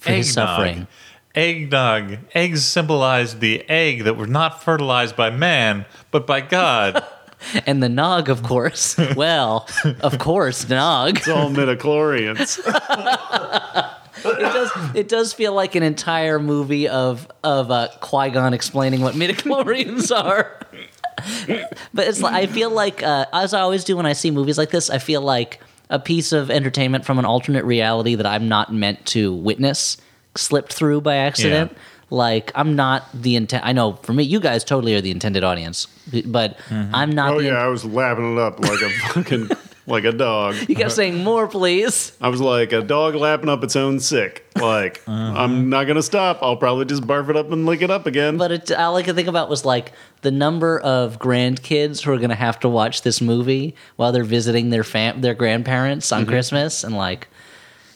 for his suffering. Eggnog. Eggs symbolize the egg that were not fertilized by man, but by God. And the nog, of course. well, of course, nog. It's all midichlorians. it does it does feel like an entire movie of of uh, Qui Gon explaining what midichlorians are. but it's like, I feel like uh, as I always do when I see movies like this, I feel like a piece of entertainment from an alternate reality that I'm not meant to witness slipped through by accident. Like I'm not the intent. I know for me, you guys totally are the intended audience, but I'm not. Oh the yeah, I was lapping it up like a fucking like a dog. You kept saying more, please. I was like a dog lapping up its own sick. Like I'm not gonna stop. I'll probably just barf it up and lick it up again. But it, all I could think about was like the number of grandkids who are going to have to watch this movie while they're visiting their fam- their grandparents Mm-hmm. on Christmas, and like,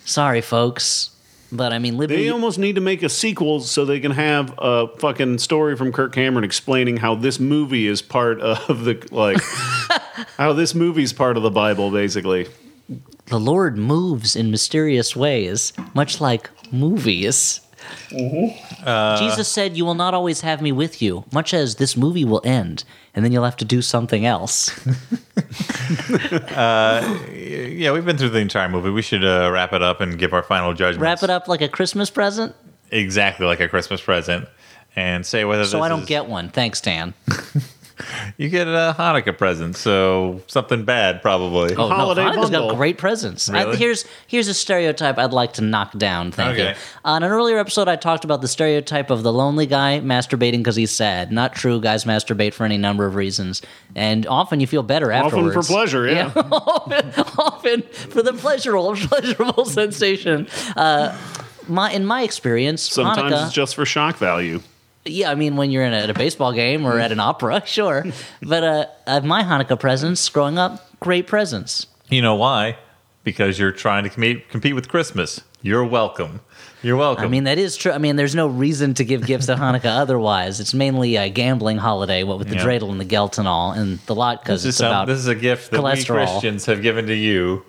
sorry, folks, but I mean, they Libby, almost need to make a sequel so they can have a fucking story from Kirk Cameron explaining how this movie is part of the like how this movie's part of the Bible, basically. the Lord moves in mysterious ways, much like movies. Mm-hmm. Jesus said, "You will not always have me with you, much as this movie will end, and then you'll have to do something else." Yeah, we've been through the entire movie. We should uh, wrap it up and give our final judgment. Wrap it up like a Christmas present, exactly like a Christmas present, and say whether. so this I don't is- get one. Thanks, Dan. You get a Hanukkah present, so something bad probably. Oh, holiday no, Hanukkah's bundle. got great presents. I- Really? here's here's a stereotype I'd like to knock down. Thank you. Okay. On an earlier episode, I talked about the stereotype of the lonely guy masturbating because he's sad. Not true. Guys masturbate for any number of reasons, and often you feel better Often afterwards. for pleasure, yeah. often, often for the pleasurable, pleasurable sensation. Uh, my in my experience, Sometimes Hanukkah, it's just for shock value. yeah, I mean, when you're in a, at a baseball game or at an opera, sure. But uh, uh, my Hanukkah presents growing up, great presents. You know why? Because you're trying to com- compete with Christmas. You're welcome. You're welcome. I mean, that is true. I mean, there's no reason to give gifts at Hanukkah otherwise. It's mainly a gambling holiday, what with the Yeah. dreidel and the gelt and all, and the lot because this is, it's some, about. this is a gift that we cholesterol. Christians have given to you.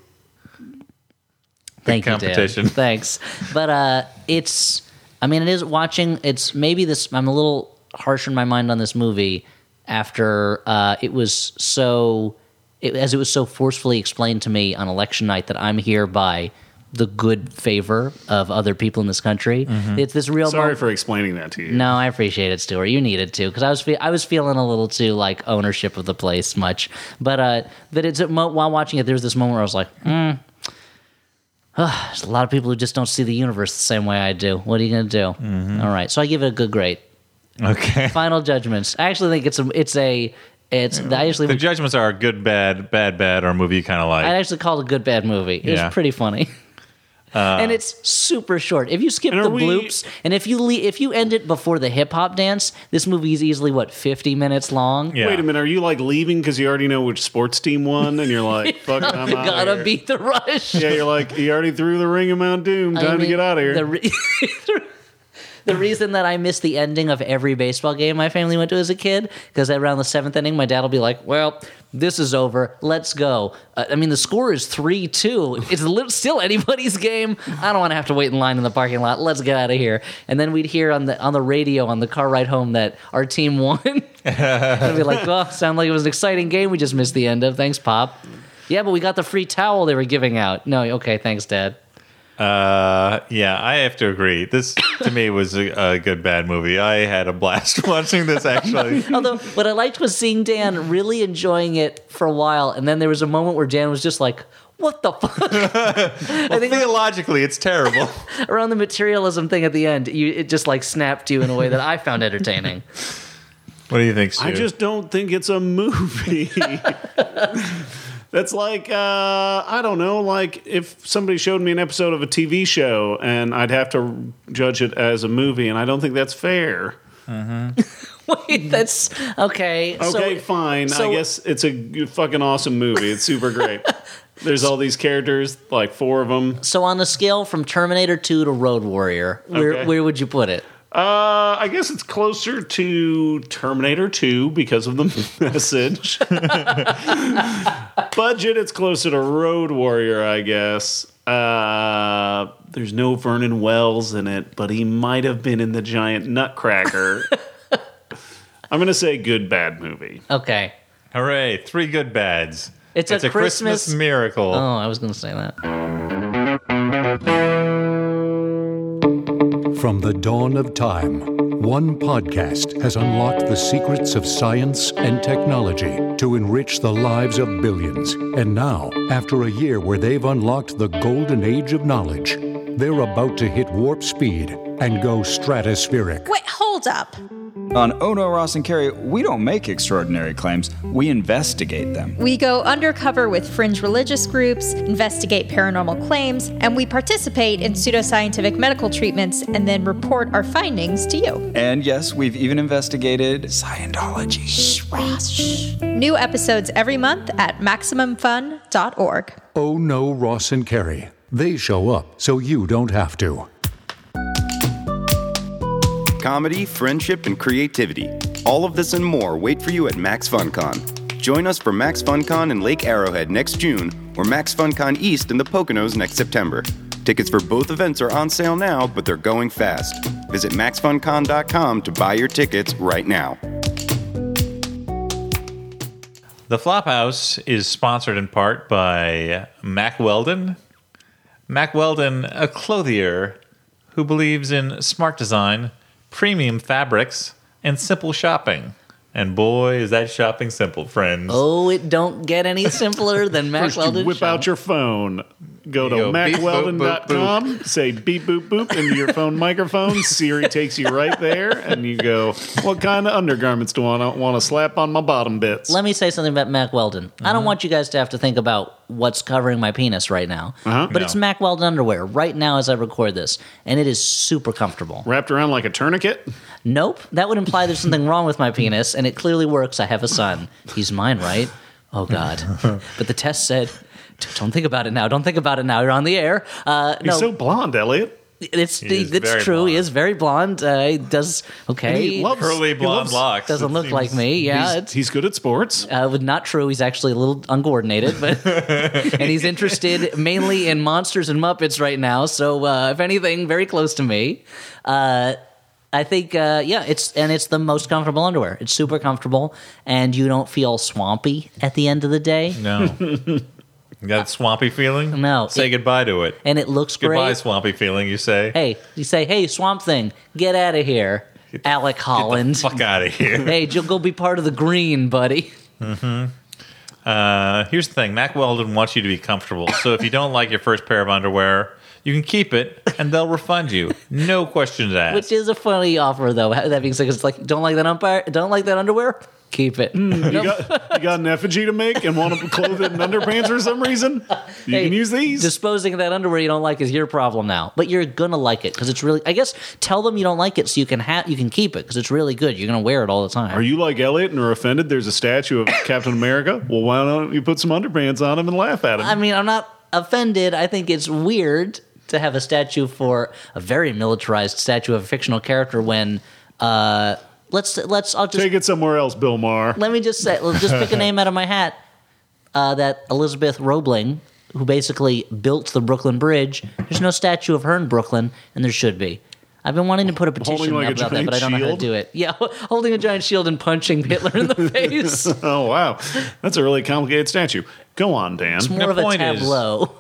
thank you, Dan. competition. Thanks, but uh, it's. I mean, it is watching. It's maybe this. I'm a little harsh in my mind on this movie after uh, it was so. It, as it was so forcefully explained to me on election night that I'm here by the good favor of other people in this country. Mm-hmm. It's this real. Sorry moment- for explaining that to you. No, I appreciate it, Stuart. You needed to because I was fe- I was feeling a little too like ownership of the place much, but uh, but it's a mo- while watching it, there's this moment where I was like, mm, "Ugh, there's a lot of people who just don't see the universe the same way I do. What are you gonna do? All right, so I give it a good grade. Okay. Final judgments. I actually think it's a it's a it's I actually The judgments are good, bad, bad, bad, or a movie you kind of like. I actually call it a good bad movie. It Yeah. was pretty funny. and it's super short. If you skip Uh, And are the we- bloops, and if you le- if you end it before the hip hop dance, this movie is easily what fifty minutes long. Yeah. Wait a minute, are you like leaving because you already know which sports team won and you're like, fuck, I'm out Gotta here. beat the rush. Yeah, you're like, you already threw the ring of Mount Doom. I Time to mean, get out of here. The, re- the reason that I miss the ending of every baseball game my family went to as a kid, because around the seventh inning, my dad will be like, "Well, this is over. Let's go." Uh, I mean, the score is three two. It's li- still anybody's game. I don't want to have to wait in line in the parking lot. Let's get out of here. And then we'd hear on the on the radio on the car ride home that our team won. I'd be like, "Well, sound like it was an exciting game. We just missed the end of. Thanks, Pop." Yeah, but we got the free towel they were giving out. No, okay, thanks, Dad. Uh, yeah, I have to agree. This to me was a, a good bad movie. I had a blast watching this. Actually, Although what I liked was seeing Dan really enjoying it for a while, and then there was a moment where Dan was just like, "What the fuck?" I think theologically, it's terrible. around the materialism thing at the end, you, it just like snapped you in a way that I found entertaining. what do you think, Stu? I just don't think it's a movie. That's like uh, I don't know. Like if somebody showed me an episode of a TV show, and I'd have to judge it as a movie, and I don't think that's fair. Wait, that's okay. Okay, so, fine. so- I guess it's a g- fucking awesome movie. It's super great. There's all these characters, like four of them. so on the scale from Terminator Two to Road Warrior, where Okay. where would you put it? Uh, I guess it's closer to Terminator 2 because of the message. Budget, it's closer to Road Warrior, I guess. Uh, there's no Vernon Wells in it, but he might have been in the giant nutcracker. I'm going to say good, bad movie. Okay. Hooray! Three good bads. It's a Christmas- miracle. Oh, I was gonna say that. From the dawn of time, one podcast has unlocked the secrets of science and technology to enrich the lives of billions. And now, after a year where they've unlocked the golden age of knowledge, they're about to hit warp speed and go stratospheric. Wait, hold up. On Ono, Ross, and Carrie, we don't make extraordinary claims, we investigate them. We go undercover with fringe religious groups, investigate paranormal claims, and we participate in pseudoscientific medical treatments and then report our findings to you. And yes, we've even investigated Scientology. New episodes every month at MaximumFun.org. Oh no, Ross and Carrie. They show up so you don't have to. comedy, friendship, and creativity. All of this and more wait for you at Max FunCon. Join us for Max FunCon in Lake Arrowhead next June or Max FunCon East in the Poconos next September. Tickets for both events are on sale now, but they're going fast. Visit maxfuncon.com to buy your tickets right now. The Flophouse is sponsored in part by Mac Weldon. Mac Weldon, a clothier who believes in smart design, premium fabrics, and simple shopping. And boy, is that shopping simple, friends. Oh, it don't get any simpler than Mac First, you Weldon. whip Shop. out your phone, go to You go beep, boop, boop, macweldon.com, say beep, boop, boop into your phone microphone. Siri takes you right there, and you go, What kind of undergarments do I want to slap on my bottom bits? Let me say something about Mac Weldon. I don't want you guys to have to think about what's covering my penis right now, but it's No. Mac Weldon underwear right now as I record this, and it is super comfortable. Wrapped around like a tourniquet? Nope, that would imply there's something wrong with my penis, and it clearly works. I have a son. He's mine, right? Oh God! but the test said, "Don't think about it now. Don't think about it now. You're on the air." Uh, He's no, so blonde, Elliot. it's is very it's true. He blonde. is very blonde. Uh, he does okay. he loves- Curly He blonde loves- locks. doesn't It look seems- like me. Yeah, He's, it's he's good at sports. uh, would- not true. He's actually a little uncoordinated, but and he's interested mainly in monsters and Muppets right now. So uh, if anything, very close to me. Uh, I think uh, yeah, it's and it's the most comfortable underwear. It's super comfortable, and you don't feel swampy at the end of the day. No. that swampy feeling? No, Say it- goodbye to it. And it looks Goodbye, great. swampy feeling, you say. Hey, you say, hey, Swamp Thing, get out of here, Alec Holland. Fuck out of here. hey, you'll go be part of the green, buddy. Uh, here's the thing Mac Weldon wants you to be comfortable. So if you don't like your first pair of underwear, you can keep it and they'll refund you. No questions asked. Which is a funny offer, though. That being said, 'cause it's like, don't like that umpire, don't like that underwear, keep it. Mm. You got, you got an effigy to make and want to clothe it in underpants for some reason? You Hey, can use these. Disposing of that underwear you don't like is your problem now, but you're gonna like it because it's really. I guess tell them you don't like it so you can ha- you can keep it because it's really good. You're gonna wear it all the time. Are you like Elliot and are offended there's a statue of Captain America? Well, why don't you put some underpants on him and laugh at him? I mean, I'm not offended. I think it's weird to have a statue for a very militarized statue of a fictional character when. Uh, let's let's. I'll just Take it somewhere else, Bill Maher. let me just say, let's just pick a name out of my hat. Uh, that Elizabeth Roebling, who basically built the Brooklyn Bridge. There's no statue of her in Brooklyn, and there should be. I've been wanting to put a petition like, a about that, giant but I don't know how shield? to do it. Yeah, holding a giant shield and punching Hitler in the face. It's Oh wow, that's a really complicated statue. Go on, Dan. more of a point is- tableau.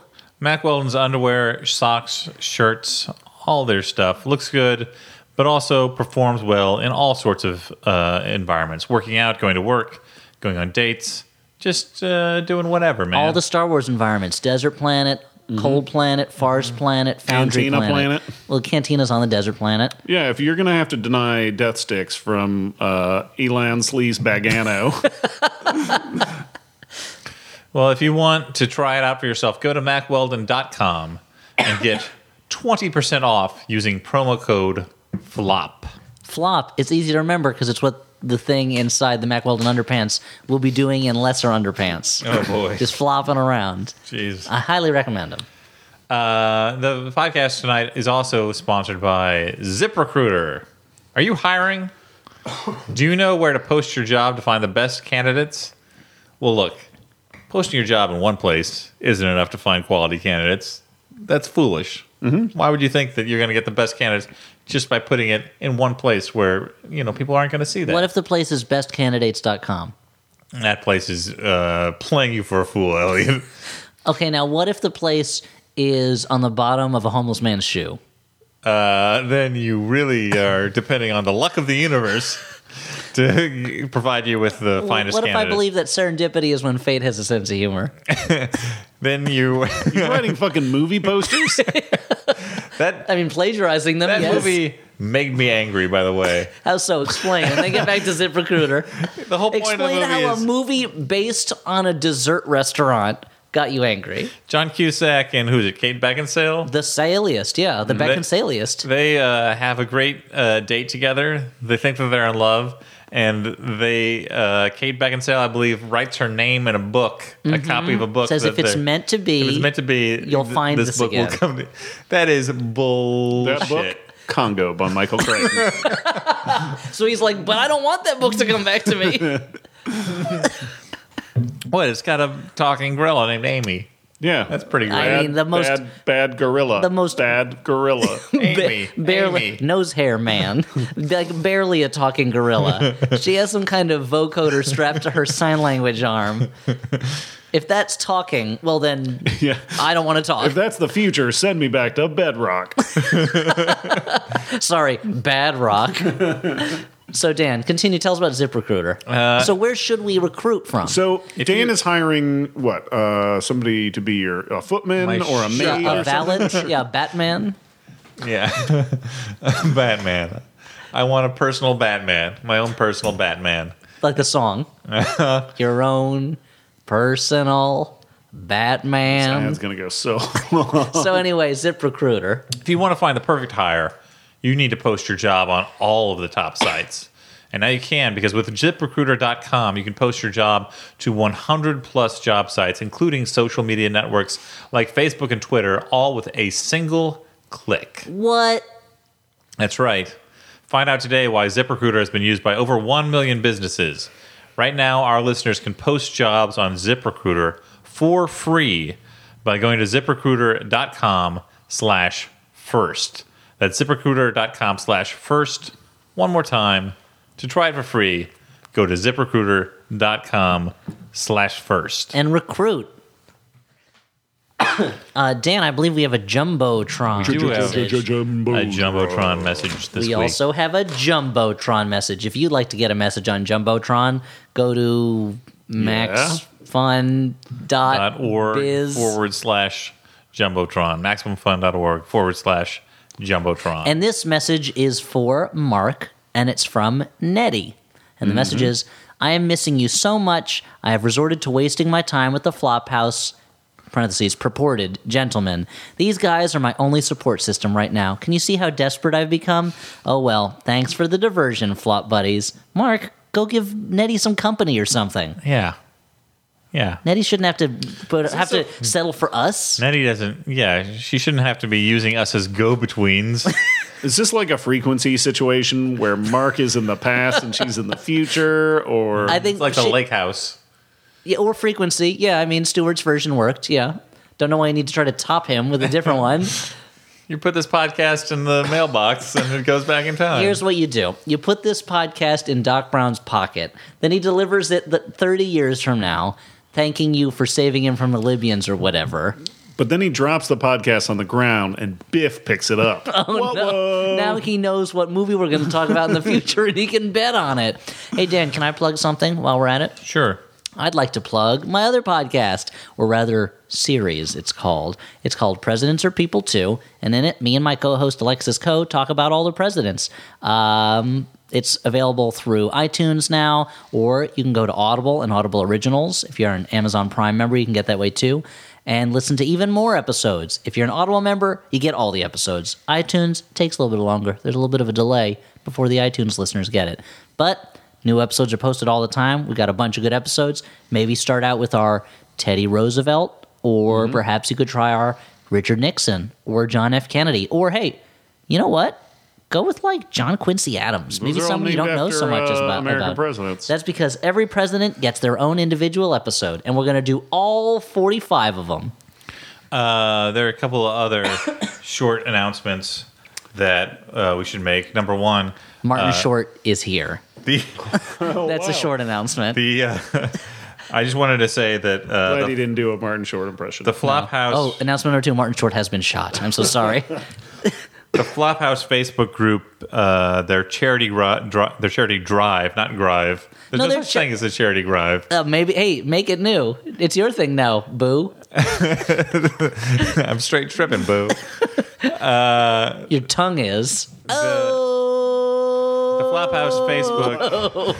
Mac Weldon's underwear, socks, shirts, all their stuff looks good, but also performs well in all sorts of uh, environments working out, going to work, going on dates, just uh, doing whatever, man. All the Star Wars environments: Desert Planet, Cold Planet, Forest Planet, Foundry Mm-hmm. Cantina planet. Planet. Well, Cantina's on the Desert Planet. Yeah, if you're gonna have to deny death sticks from uh, Elan Sleaze Bagano, Well, if you want to try it out for yourself, go to macweldon.com and get 20% off using promo code FLOP. flop, it's easy to remember because it's what the thing inside the Mack Weldon underpants will be doing in lesser underpants. Oh, boy. Just flopping around. Jeez. I highly recommend them. Uh, the podcast tonight is also sponsored by ZipRecruiter. Are you hiring? Do you know where to post your job to find the best candidates? Well, look, posting your job in one place isn't enough to find quality candidates. That's foolish. Why would you think that you're going to get the best candidates just by putting it in one place where you know people aren't going to see that? What if the place is bestcandidates.com? that place is uh, playing you for a fool, Elliot? Okay, now what if the place is on the bottom of a homeless man's shoe? uh, then you really are depending on the luck of the universe to provide you with the finest what if I candidate. believe that serendipity is when fate has a sense of humor? then you you're writing fucking movie posters. that I mean, plagiarizing them. that yes. movie made me angry. By the way, How so? Explain. And then get back to ZipRecruiter. the whole point of Explain the movie how is a movie based on a dessert restaurant got you angry. John Cusack and who's it? Kate Beckinsale. The Saliest, yeah, the They- Beckinsaliest. They uh, have a great uh, date together. They think that they're in love, and they uh, Kate Beckinsale, I believe, writes her name in a book, a copy of a book. Mm-hmm. Says that if it's they're- meant to be, If it's meant to be, E, you'll find this, this book again. will come. To, that is bullshit. that book, Congo by Michael Crichton. so he's like, but I don't want that book to come back to me. What? It's got a talking gorilla named Amy. Yeah, That's pretty great. I mean, the most- bad, bad gorilla. the most- bad gorilla. Amy, barely Amy. nose hair man, like barely a talking gorilla. she has some kind of vocoder strapped to her sign language arm. If that's talking, well then yeah. I don't want to talk. If that's the future, send me back to Bedrock. Sorry, Bad Rock. So Dan, continue. Tell us about ZipRecruiter. Uh, so where should we recruit from? So Dan you- is hiring what? Uh, somebody to be your a footman My or a sh- maid? Yeah, or a something? valid, yeah, Batman. Yeah. Batman. I want a personal Batman. My own personal Batman. like the song. Your own personal Batman. That's gonna go so. So anyway, ZipRecruiter. If you want to find the perfect hire, you need to post your job on all of the top sites. And now you can because with ziprecruiter.com, you can post your job to 100 plus job sites, including social media networks like Facebook and Twitter, all with a single click. What? That's right. Find out today why ZipRecruiter has been used by over 1 million businesses. Right now, our listeners can post jobs on ZipRecruiter for free by going to ziprecruiter.com slash first. That's ziprecruiter.com slash first. One more time. To try it for free, go to ziprecruiter.com slash first. And recruit. uh, Dan, I believe we have a jumbotron. We do have a Jumbo. Jumbotron message this We week. also have a jumbotron message. If you'd like to get a message on jumbotron, go to maxfun dot dot org Uh, biz. forward slash jumbotron maximumfun.org forward slash jumbotron And this message is for Mark, and it's from Nettie. Mm-hmm. And the message is I am missing you so much, I have resorted to wasting my time with the flophouse. Parentheses, purported gentlemen. These guys are my only support system right now. Can you see how desperate I've become? Oh well, thanks for the diversion, flop buddies. Mark, go give Nettie some company or something. yeah yeah Nettie shouldn't have to put, have to settle for us. Nettie doesn't yeah she shouldn't have to be using us as go-betweens Is this like a frequency situation where Mark is in the past and she's in the future, or I think it's like the she- lake house Yeah, or frequency. Yeah, I mean Stewart's version worked. Yeah. Don't know why I need to try to top him with a different one. you put this podcast in the mailbox and it goes back in time Here's what you do. You put this podcast in Doc Brown's pocket. Then he delivers it th- 30 years from now, thanking you for saving him from the Libyans or whatever. but then he drops the podcast on the ground and Biff picks it up. Oh, Whoa, whoa. Now he knows what movie we're going to talk about in the future and he can bet on it. Hey Dan, can I plug something while we're at it? sure I'd like to plug my other podcast, or rather, series, it's called. It's called Presidents Are People Too, and in it, me and my co host Alexis Coe talk about all the presidents. Um, it's available through iTunes now, or you can go to Audible and Audible Originals. If you're an Amazon Prime member, you can get that way too. And listen to even more episodes. If you're an Audible member, you get all the episodes. iTunes takes a little bit longer, there's a little bit of a delay before the iTunes listeners get it. But New episodes are posted all the time. We got a bunch of good episodes. Maybe start out with our Teddy Roosevelt, or Mm-hmm. perhaps you could try our Richard Nixon or John F. Kennedy. Or hey, you know what? Go with like John Quincy Adams. Maybe are all someone you named don't know so after, much uh, about. American about. presidents. That's because every president gets their own individual episode, and we're going to do all 45 of them. Uh, there are a couple of other short announcements that uh, we should make number one Martin Uh, Short is here. the oh, That's a short announcement. the uh, I just wanted to say that uh, Glad the, he didn't do a Martin Short impression. the flop house oh, announcement number two Martin Short has been shot. I'm so sorry. the Flophouse Facebook group, uh, their charity gri- dri- their charity drive, not grive. There's No, no, they're such cha- thing as a charity grive. Uh, maybe hey, make it new. It's your thing now, boo. I'm straight tripping, boo. Your tongue is. oh. The Flophouse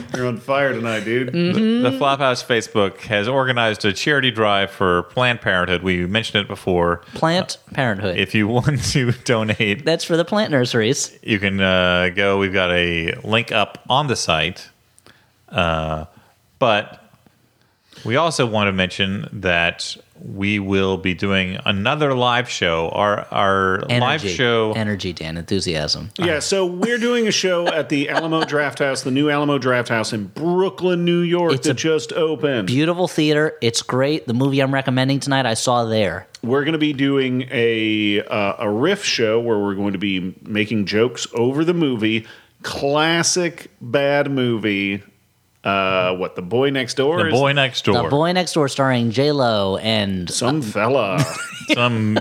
Facebook, You're on fire tonight, dude. Mm. the Flophouse Facebook has organized a charity drive for Planned Parenthood. We mentioned it before. Plant Parenthood. If you want to donate, That's for the plant nurseries. you can uh, go. We've got a link up on the site. Uh, but we also want to mention that we will be doing another live show. Our our Energy. live show. Energy, Dan. Enthusiasm. Yeah, so we're doing a show at the Alamo Draft House, the new Alamo Draft House in Brooklyn, New York, It's a that just opened. Beautiful theater. It's great. The movie I'm recommending tonight, I saw there. we're going to be doing a uh, a riff show where we're going to be making jokes over the movie, classic bad movie. Uh, what the boy next door? the is boy next door. The Boy Next Door, starring J Lo. And some fella. Some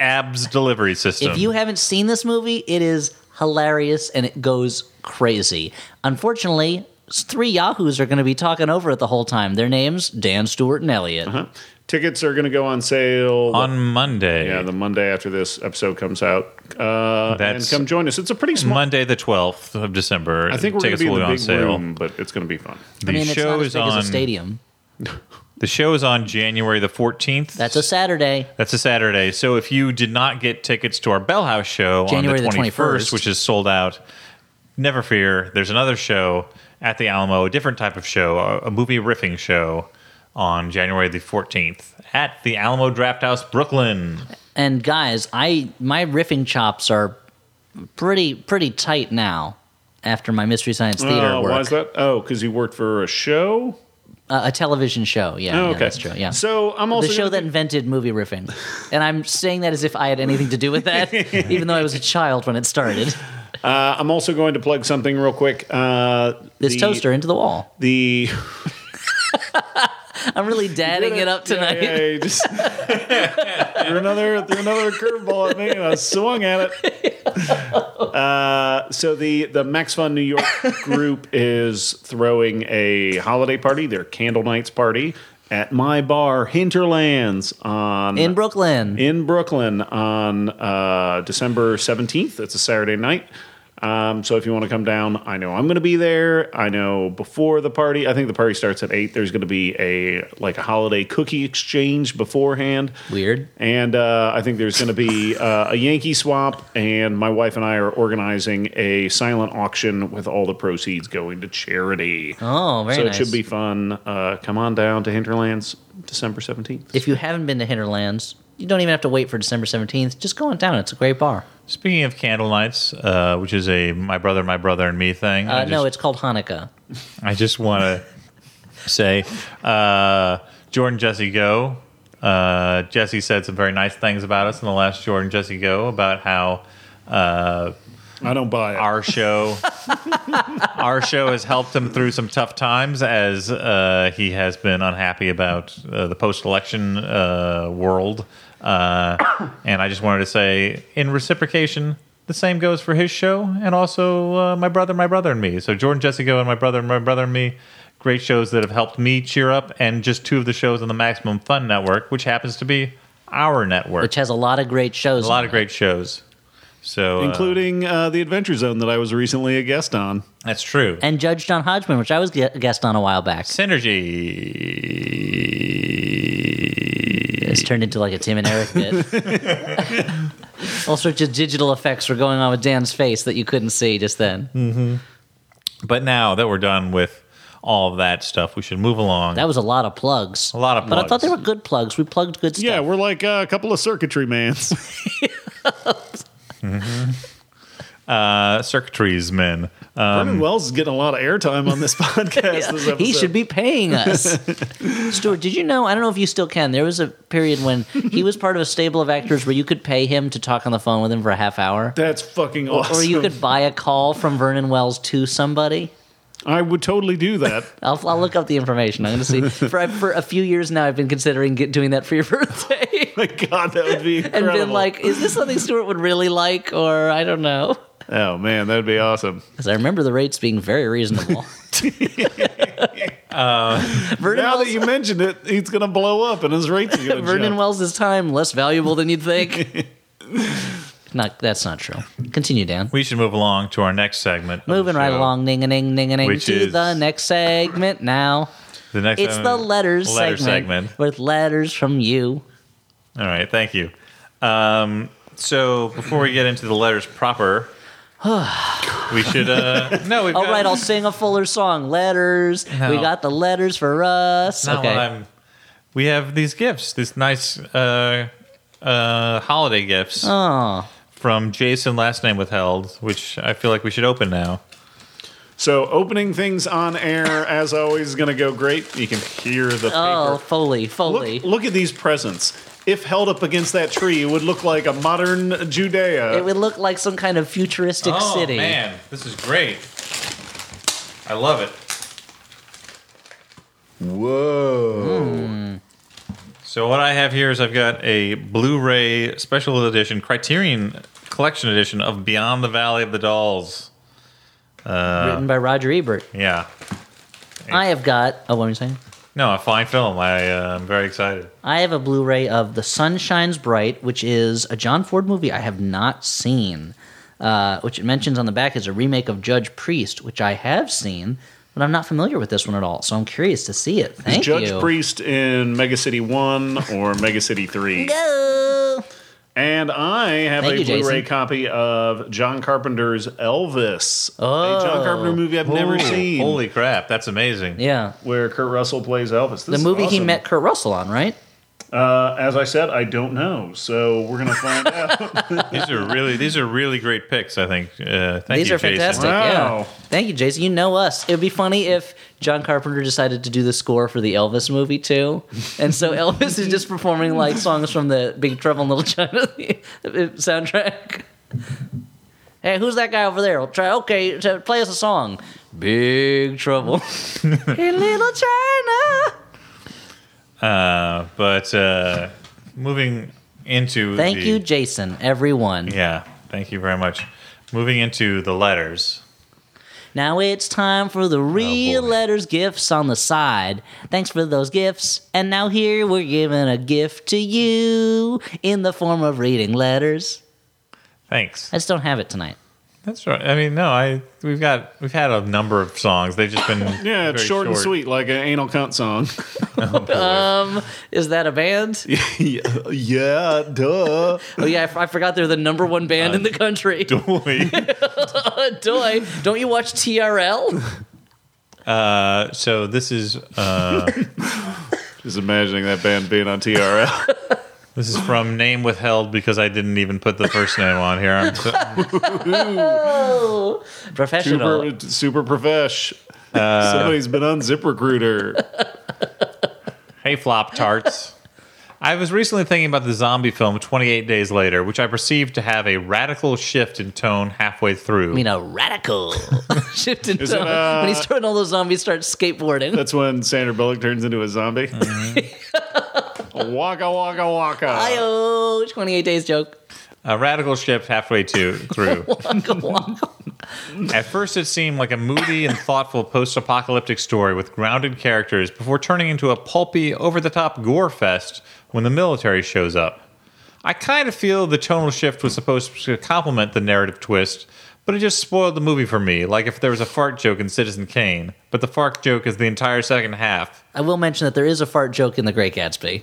abs delivery system. if you haven't seen this movie, it is hilarious, and it goes crazy. Unfortunately, s- three Yahoos are going to be talking over it the whole time. Their names Dan Stewart and Elliot. Tickets are going to go on sale on Monday. yeah, the Monday after this episode comes out. Uh, and That's- come join us. It's a pretty small. Monday the twelfth of December. I think we're going tickets to be in will be the on big sale. room, but it's going to be fun. The I mean, it's show not as is big on as a stadium. the show is on January the fourteenth. That's a Saturday. That's a Saturday. So if you did not get tickets to our Bell House show January on the the 21st, 21st, which is sold out, never fear. There's another show at the Alamo, a different type of show, a- a movie riffing show on January the 14th at the Alamo Draft House, Brooklyn. And guys, I my riffing chops are pretty pretty tight now after my mystery science theater Uh, work. why is that? Oh, because you worked for a show. Uh, a television show. Yeah, Oh, yeah, okay, that's true. Yeah. So I'm also the show gonna that be- invented movie riffing. And I'm saying that as if I had anything to do with that, even though I was a child when it started. Uh, I'm also going to plug something real quick. Uh, This the- toaster into the wall. The I'm really dadding it up tonight. Yeah, yeah, yeah, just- threw another threw another curveball at me, and I swung at it. Uh, so the the Max Fun New York group is throwing a holiday party, their candle nights party at my bar Hinterlands on In Brooklyn. in Brooklyn on uh, December 17th. It's a Saturday night. Um, so if you want to come down, I know I'm going to be there. I know before the party, I think the party starts at eight. There's going to be a like a holiday cookie exchange beforehand. Weird. And uh, I think there's going to be uh, a Yankee swap, and my wife and I are organizing a silent auction with all the proceeds going to charity. Oh, very so nice. it should be fun. Uh, come on down to Hinterlands, December 17th. If you haven't been to Hinterlands, you don't even have to wait for December 17th. Just go on down. It's a great bar. Speaking of candle nights, uh, which is a my brother, my brother, and me thing. Uh, I no, just- it's called Hanukkah. I just want to say, uh, Jordan Jesse Go. Uh, Jesse said some very nice things about us in the last Jordan Jesse Go about how uh, I don't buy it. our show, our show has helped him through some tough times as uh, he has been unhappy about uh, the post-election uh, world. Uh, and I just wanted to say, in reciprocation. The same goes for his show, and also uh, my brother, my brother, and me. So Jordan, Jessica, and my brother, my brother, and me, great shows that have helped me cheer up, and just two of the shows on the Maximum Fun Network, which happens to be our network. which has a lot of great shows. a lot of great shows. So uh, including uh, the Adventure Zone that I was recently a guest on. that's true. and Judge John Hodgman, which I was a guest on a while back. Synergy. It's turned into like a Tim and Eric bit. All sorts of digital effects were going on with Dan's face that you couldn't see just then. Hmm. But now that we're done with all of that stuff, we should move along. That was a lot of plugs. A lot of But I thought plugs. they were good plugs. We plugged good stuff. Yeah, we're like uh, a couple of circuitry mans. uh, circuitries, men. Uh, Vernon Wells is getting a lot of airtime on this podcast. this episode. Um, He should be paying us. Stuart, did you know? I don't know if you still can. There was a period when he was part of a stable of actors where you could pay him to talk on the phone with him for a half hour. That's fucking awesome. Or you could buy a call from Vernon Wells to somebody. I would totally do that. I'll, I'll look up the information. I'm going to see. For, for a few years now, I've been considering get, doing that for your birthday. My God, that would be and incredible. been like, is this something Stuart would really like? Or I don't know. oh man, that'd be awesome. Because I remember the rates being very reasonable. Vernon, Now Wells, that you mentioned it, he's gonna blow up and his rates are gonna Vernon jump. Wells' time less valuable than you'd think. not That's not true. Continue, Dan. We should move along to our next segment. of the Moving right show. along, ning a ning, ning a ning, Which to is- the next segment now. The next It's the segment- letters letter segment, with letters from you. All right, thank you. Um, so before we get into the letters proper, we should. Uh, no, we've All got, right, I'll sing a fuller song. Letters. We No. got the letters for us. Not okay. while I'm. We have these gifts, these nice uh, uh, holiday gifts Oh, from Jason, last name withheld, which I feel like we should open now. So opening things on air, as always, is gonna go great. You can hear the oh, paper. Foley, Foley. Look, look at these presents. If held up against that tree, it would look like a modern Judea. It would look like some kind of futuristic oh, city. man, this is great. I love it. Whoa. So what I have here is I've got a Blu-ray special edition Criterion collection edition of Beyond the Valley of the Dolls. written by Roger Ebert. Yeah. I have got. Oh, what am I saying? No, a fine film. I, uh, I'm very excited. I have a Blu-ray of The Sun Shines Bright, which is a John Ford movie I have not seen. Uh, which it mentions on the back is a remake of Judge Priest, which I have seen, but I'm not familiar with this one at all. So I'm curious to see it. Thank Judge you. Priest in Mega City 1 or Mega City 3. Go. And I have Thank a you, Jason. Blu-ray copy of John Carpenter's Elvis, Oh. a John Carpenter movie I've never Ooh, seen, Holy crap, that's amazing. Yeah, where Kurt Russell plays Elvis. This the is movie he awesome. met Kurt Russell on, right? Uh, as I said, I don't know, so we're gonna find out. These are really these are really great picks, I think. Uh, thank These you, are Jason. fantastic. Yeah. Wow. Thank you, Jason. You know us. It would be funny if John Carpenter decided to do the score for the Elvis movie too, and so Elvis is just performing like songs from the Big Trouble in Little China soundtrack. Hey, who's that guy over there? Try, okay, t- play us a song. Big Trouble in Little China. Uh, but uh, moving into Thank the- you, Jason. Everyone. Yeah, thank you very much. Moving into the letters. Now it's time for the real boy. letters gifts on the side. Thanks for those gifts. And now here we're giving a gift to you in the form of reading letters. Thanks. I just don't have it tonight. That's right. I mean, no, I we've got we've had a number of songs. They've just been yeah, it's very short, and sweet, like an anal cunt song. Um, is that a band? yeah, duh. Oh yeah, I, f- I forgot they're the number one band in the country. Doy, don't you watch TRL? Uh, so this is uh, Just imagining that band being on TRL. this is from name withheld because I didn't even put the first name on here. I'm so- Professional. super, super profesh. Uh, Somebody's been on ZipRecruiter. hey, flop tarts. I was recently thinking about the zombie film 28 Days Later, which I perceived to have a radical shift in tone halfway through. I mean, a radical shift in it, tone when he's throwing all those zombies start skateboarding. That's when Sandra Bullock turns into a zombie. Mm-hmm. waka waka waka. Ayo, 28 Oh, days joke. a radical shift halfway to, through. Wonka wonka. At first, it seemed like a moody and thoughtful post apocalyptic story with grounded characters before turning into a pulpy, over the top gore fest when the military shows up. I kind of feel the tonal shift was supposed to complement the narrative twist, but it just spoiled the movie for me, like if there was a fart joke in Citizen Kane, but the fart joke is the entire second half. I will mention that there is a fart joke in The Great Gatsby.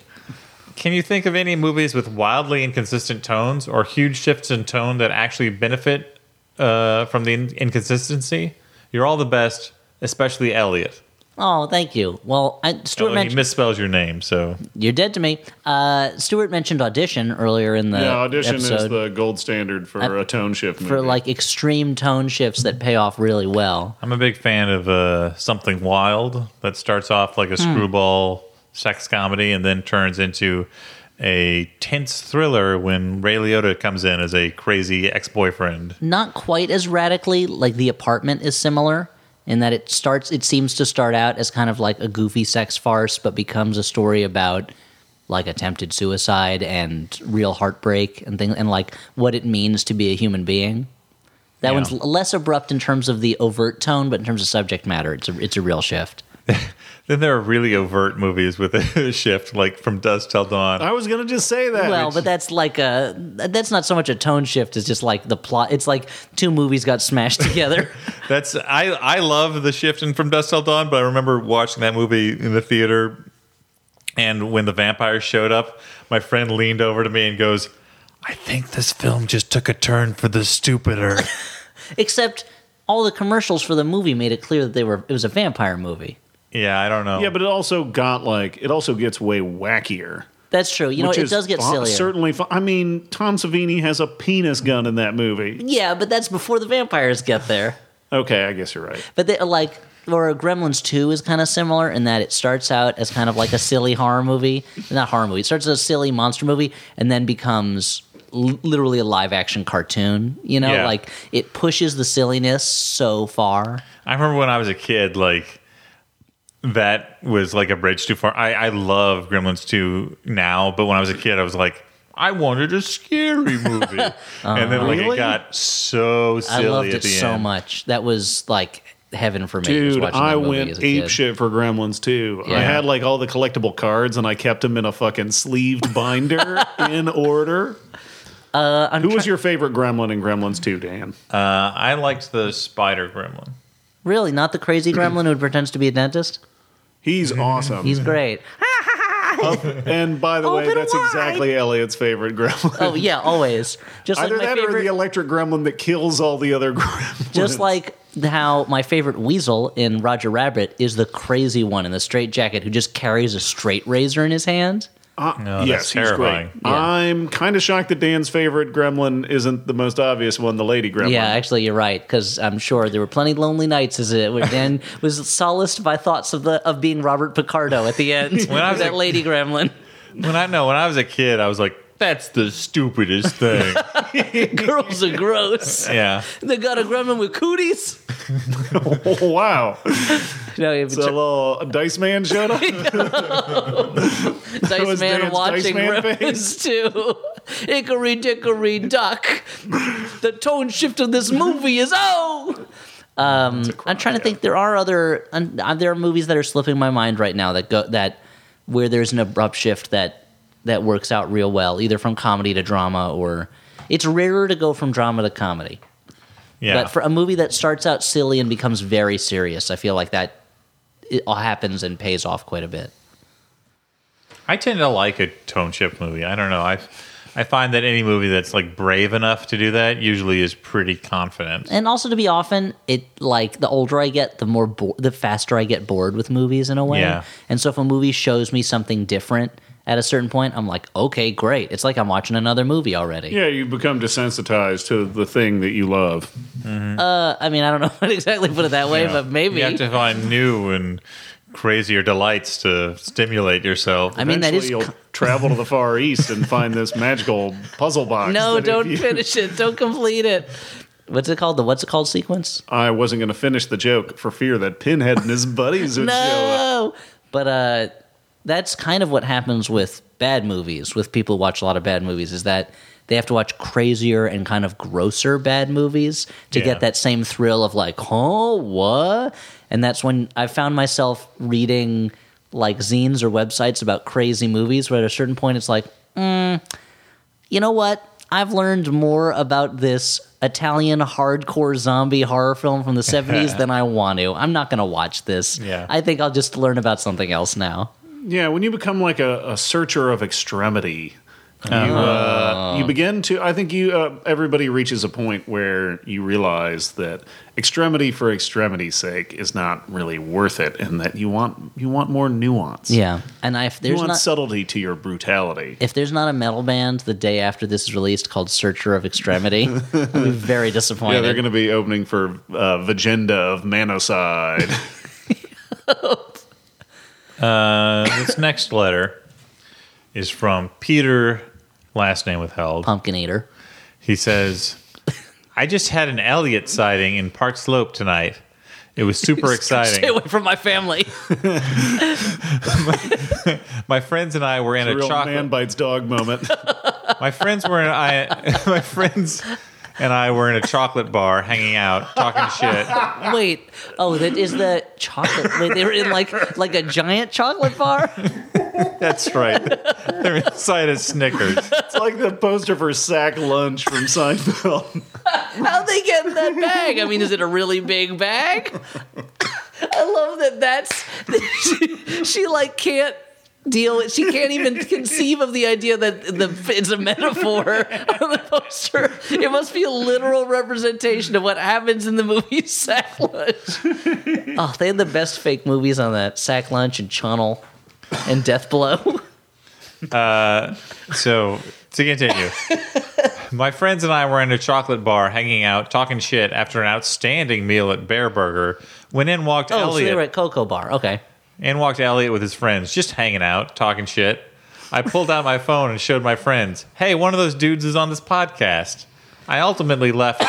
Can you think of any movies with wildly inconsistent tones or huge shifts in tone that actually benefit uh, from the in- inconsistency? You're all the best, especially Elliot. Oh, thank you. Well, I, Stuart Although he mentioned misspells your name, so you're dead to me. Uh, Stuart mentioned audition earlier in the Yeah, audition episode is the gold standard for a tone shift movie. for like extreme tone shifts that pay off really well. I'm a big fan of uh, something wild that starts off like a screwball sex comedy and then turns into a tense thriller when Ray Liotta comes in as a crazy ex-boyfriend. Not quite as radically. Like The Apartment is similar in that it starts. It seems to start out as kind of like a goofy sex farce, but becomes a story about like attempted suicide and real heartbreak and things and like what it means to be a human being. That Yeah. one's l- less abrupt in terms of the overt tone, but in terms of subject matter, it's a it's a real shift. Then there are really overt movies with a shift, like from Dusk Till Dawn. I was gonna just say that. Well, but that's like a that's not so much a tone shift as just like the plot. It's like two movies got smashed together. That's I I love the shift in From Dusk Till Dawn, but I remember watching that movie in the theater, and when the vampires showed up, my friend leaned over to me and goes, "I think this film just took a turn for the stupider." Except all the commercials for the movie made it clear that they were it was a vampire movie. yeah, I don't know. yeah, but it also got like it also gets way wackier. That's true. You know, which it is does get fu- sillier. Certainly, fu- I mean, Tom Savini has a penis gun in that movie. yeah, but that's before the vampires get there. Okay, I guess you're right. But they like or Gremlins 2 is kind of similar in that it starts out as kind of like a silly horror movie, not horror movie. It starts as a silly monster movie and then becomes l- literally a live action cartoon, you know? Yeah. Like it pushes the silliness so far. I remember when I was a kid, like that was like a bridge too far. I I love Gremlins two now, but when I was a kid, I was like. I wanted a scary movie, and then like it got so I silly loved at it the so end. much. That was like heaven for me. was Dude, watching that I movie went as a ape kid. shit for Gremlins too. I Yeah. had like all the collectible cards, and I kept them in a fucking sleeved binder in order. Uh, I'm Who was try- your favorite Gremlin in Gremlins two, Dan? Uh, I liked the Spider Gremlin. really not the crazy gremlin who pretends to be a dentist? He's awesome. Mm-hmm. He's great. and by the way, Open that's wide. exactly Elliot's favorite Gremlin. Oh yeah, always. Just like Either my that or favorite. the electric gremlin that kills all the other gremlins. just like how my favorite weasel in Roger Rabbit is the crazy one in the straight jacket who just carries a straight razor in his hand. No, that's yes, he's terrifying. great. I'm kind of shocked that Dan's favorite gremlin isn't the most obvious one, the lady gremlin. Yeah, actually, you're right because I'm sure there were plenty lonely nights as it where Dan was solaced by thoughts of the of being Robert Picardo at the end when I was that a- lady gremlin. When I know when I was a kid, I was like, "That's the stupidest thing." Girls are gross. yeah, They got a gremlin with cooties. Oh, wow. No, if So a little dice man showed up. Dice was Man Dan's watching Dice Man Gremlins too. Hickory dickory duck. The tone shift of this movie is oh. Um, I'm trying to think. There are other un- uh, there are movies that are slipping my mind right now that go that where there's an abrupt shift that that works out real well, either from comedy to drama or it's rarer to go from drama to comedy. yeah. But for a movie that starts out silly and becomes very serious, I feel like that it all happens and pays off quite a bit. I tend to like a tone shift movie. I don't know. I I find that any movie that's like brave enough to do that usually is pretty confident. and also to be often it like the older i get the more bo- the faster i get bored with movies in a way Yeah. and so if a movie shows me something different at a certain point i'm like okay great it's like i'm watching another movie already yeah, you become desensitized to the thing that you love. i mean i don't know how to exactly put it that way You know, but maybe you have to find new and crazier delights to stimulate yourself. i mean that Eventually is you'll travel to the Far East and find this magical puzzle box. no that if don't you- finish it don't complete it what's it called the what's it called sequence I wasn't going to finish the joke for fear that Pinhead and his buddies would show up. no but uh that's kind of what happens with bad movies with people who watch a lot of bad movies is that they have to watch crazier and kind of grosser bad movies to Yeah. get that same thrill of like oh what and that's when i found myself reading like zines or websites about crazy movies where at a certain point it's like you know what? I've learned more about this Italian hardcore zombie horror film from the 70s than I want to. I'm not going to watch this. Yeah. I think I'll just learn about something else now. Yeah, when you become like a, a searcher of extremity, you, uh, you begin to. I think you. Uh, everybody reaches a point where you realize that extremity for extremity's sake is not really worth it, and that you want you want more nuance. Yeah. And I, if you there's want not subtlety to your brutality. if there's not a metal band the day after this is released called Searcher of Extremity, I'll be very disappointed. Yeah, they're going to be opening for uh, Vagenda of Manoside. Uh, this next letter is from Peter, last name withheld. Pumpkin Eater. He says, I just had an Elliot sighting in Park Slope tonight. It was super Stay exciting. away from my family. My friends and I were in a, Real chocolate man bites dog moment. My friends were in I my friends and I were in a chocolate bar hanging out, talking shit. Wait. Oh, that is the chocolate. Wait, they were in like like a giant chocolate bar? That's right. They're inside a Snickers. it's like the poster for Sack Lunch from Seinfeld. How'd they get in that bag? I mean, is it a really big bag? I love that that's. She, she like can't deal with, she can't even conceive of the idea that the it's a metaphor on the poster. It must be a literal representation of what happens in the movie Sack Lunch. Oh, they had the best fake movies on that Sack Lunch and Channel and Death Blow. Oh, So to continue. My friends and I were in a chocolate bar hanging out, talking shit after an outstanding meal at Bear Burger when in walked Oh, so Elliot. they were at Cocoa Bar. Okay. In walked Elliot with his friends, just hanging out, talking shit. I pulled out my phone and showed my friends, hey, one of those dudes is on this podcast. I ultimately left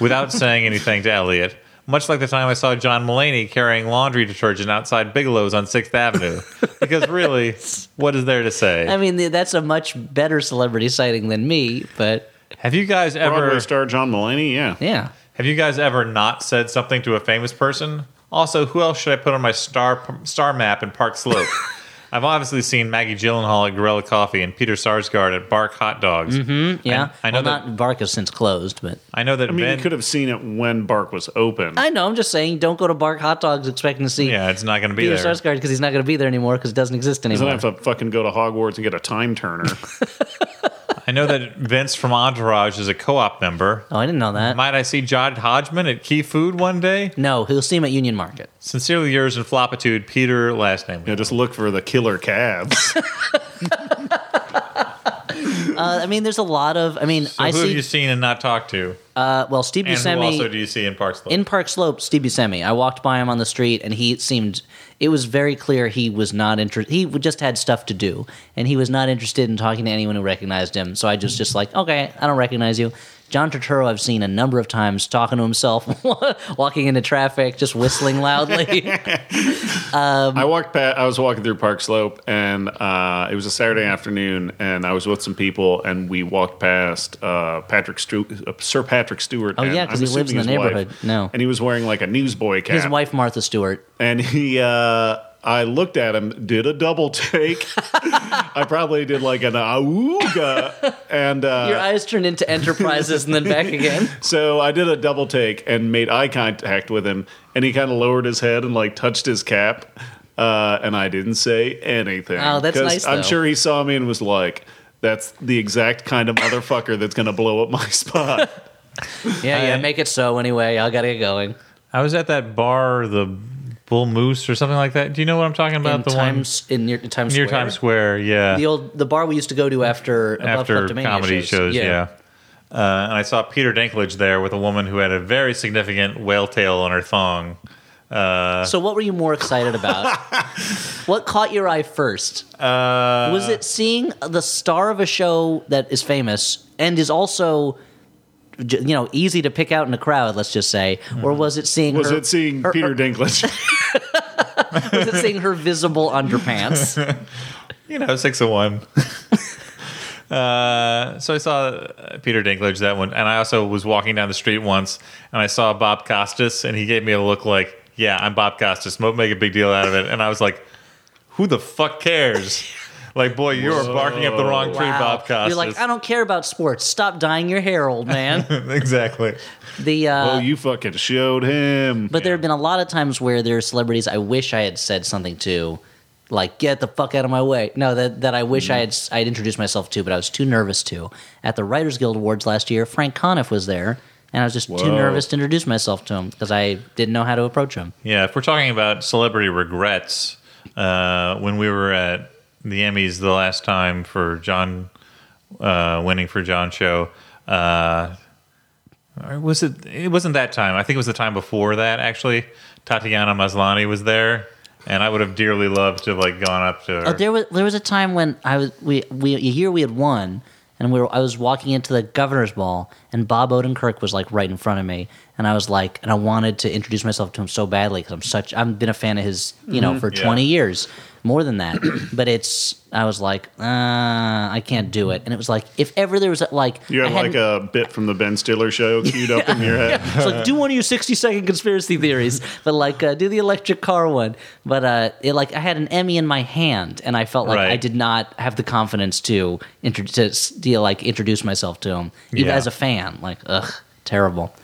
without saying anything to Elliot, much like the time I saw John Mullaney carrying laundry detergent outside Bigelow's on 6th Avenue. because really, what is there to say? I mean, th- that's a much better celebrity sighting than me, but have you guys Broadway ever star John Mulaney, yeah. yeah. have you guys ever not said something to a famous person? Also, who else should I put on my star star map in Park Slope? I've obviously seen Maggie Gyllenhaal at Gorilla Coffee and Peter Sarsgaard at Bark Hot Dogs. Yeah, I know well, that- not Bark has since closed, but I know that I mean, Ben you could have seen it when Bark was open. I know. I'm just saying, don't go to Bark Hot Dogs expecting to see Yeah, it's not going to be Peter there. Sarsgaard because he's not going to be there anymore because it doesn't exist Doesn't anymore. have to fucking go to Hogwarts and get a time turner. I know that Vince from Entourage is a co-op member. oh, I didn't know that. Might I see Jod Hodgman at Key Food one day? no, he'll see him at Union Market. Sincerely yours in floppitude, Peter, last name. yeah, just look for the killer calves. Uh, I mean, there's a lot of. I mean, So I who have see. you seen and not talked to? uh, well, Steve and who also do Buscemi you see in Park Slope? in Park Slope. Steve Buscemi. I walked by him on the street, and he seemed. It was very clear he was not interested. He w- just had stuff to do, and he was not interested in talking to anyone who recognized him. So I just, just like, okay, I don't recognize you. John Turturro, I've seen a number of times talking to himself, walking into traffic, just whistling loudly. I walked past, I was walking through Park Slope, and uh, it was a Saturday afternoon, and I was with some people, and we walked past uh, Patrick Stu- uh, Sir Patrick Stewart. Oh, and yeah, 'cause I'm he lives in assuming the his wife. neighborhood. No. and he was wearing like a newsboy cap. His wife, Martha Stewart. and he uh I looked at him, did a double take. I probably did like an auga, and Your uh, eyes turned into enterprises and then back again. so I did a double take and made eye contact with him, and he kind of lowered his head and like touched his cap, uh, and I didn't say anything. Oh, that's 'Cause nice, I'm though. sure he saw me and was like, "That's the exact kind of motherfucker that's gonna blow up my spot." Yeah, yeah. I- Make it so anyway. I gotta get going. I was at that bar, the Bull Moose or something like that. Do you know what I'm talking about? in the Times in near Times one near Square. Times Square, yeah. The old the bar we used to go to after above after Kleptomania comedy shows, yeah. Uh, and I saw Peter Dinklage there with a woman who had a very significant whale tail on her thong. So what were you more excited about? what caught your eye first? Uh, Was it seeing the star of a show that is famous and is also j- you know easy to pick out in a crowd? Let's just say, or was it seeing Mm-hmm. Was her, it seeing her- Peter Dinklage? was it seeing her visible underpants? You know, six of one. Uh, so I saw uh, Peter Dinklage that one, and I also was walking down the street once, and I saw Bob Costas, and he gave me a look like, "Yeah, I'm Bob Costas. Don't make a big deal out of it." And I was like, "Who the fuck cares?" like, boy, you are barking up the wrong tree, Wow. Bob Costas. You're like, I don't care about sports. Stop dyeing your hair, old man. exactly. the uh, oh, you fucking showed him. but there have been a lot of times where there are celebrities I wish I had said something to, like get the fuck out of my way. No, that that I wish I had s- I'd introduced myself to, but I was too nervous to. At the Writers Guild Awards last year, Frank Conniff was there, and I was just too Whoa. nervous to introduce myself to him because I didn't know how to approach him. Yeah, if we're talking about celebrity regrets, uh, when we were at the Emmys the last time for John uh, winning for John show, uh, or was it? It wasn't that time. I think it was the time before that. Actually, Tatiana Maslany was there, and I would have dearly loved to have like gone up to her. Uh, there was there was a time when I was we we a year we had won and we were I was walking into the governor's ball and Bob Odenkirk was like right in front of me and I was like and I wanted to introduce myself to him so badly because I'm such I've been a fan of his you Mm-hmm. know for 20 years more than that but it's I was like uh, I can't do it and it was like if ever there was a, like you I have like hadn't- a bit from the Ben Stiller show queued up in your head. it's like do one of your 60 second conspiracy theories but like uh, do the electric car one but uh it like i had an emmy in my hand and i felt like Right. i did not have the confidence to intro- to, s- to like introduce myself to him even Yeah. as a fan like ugh terrible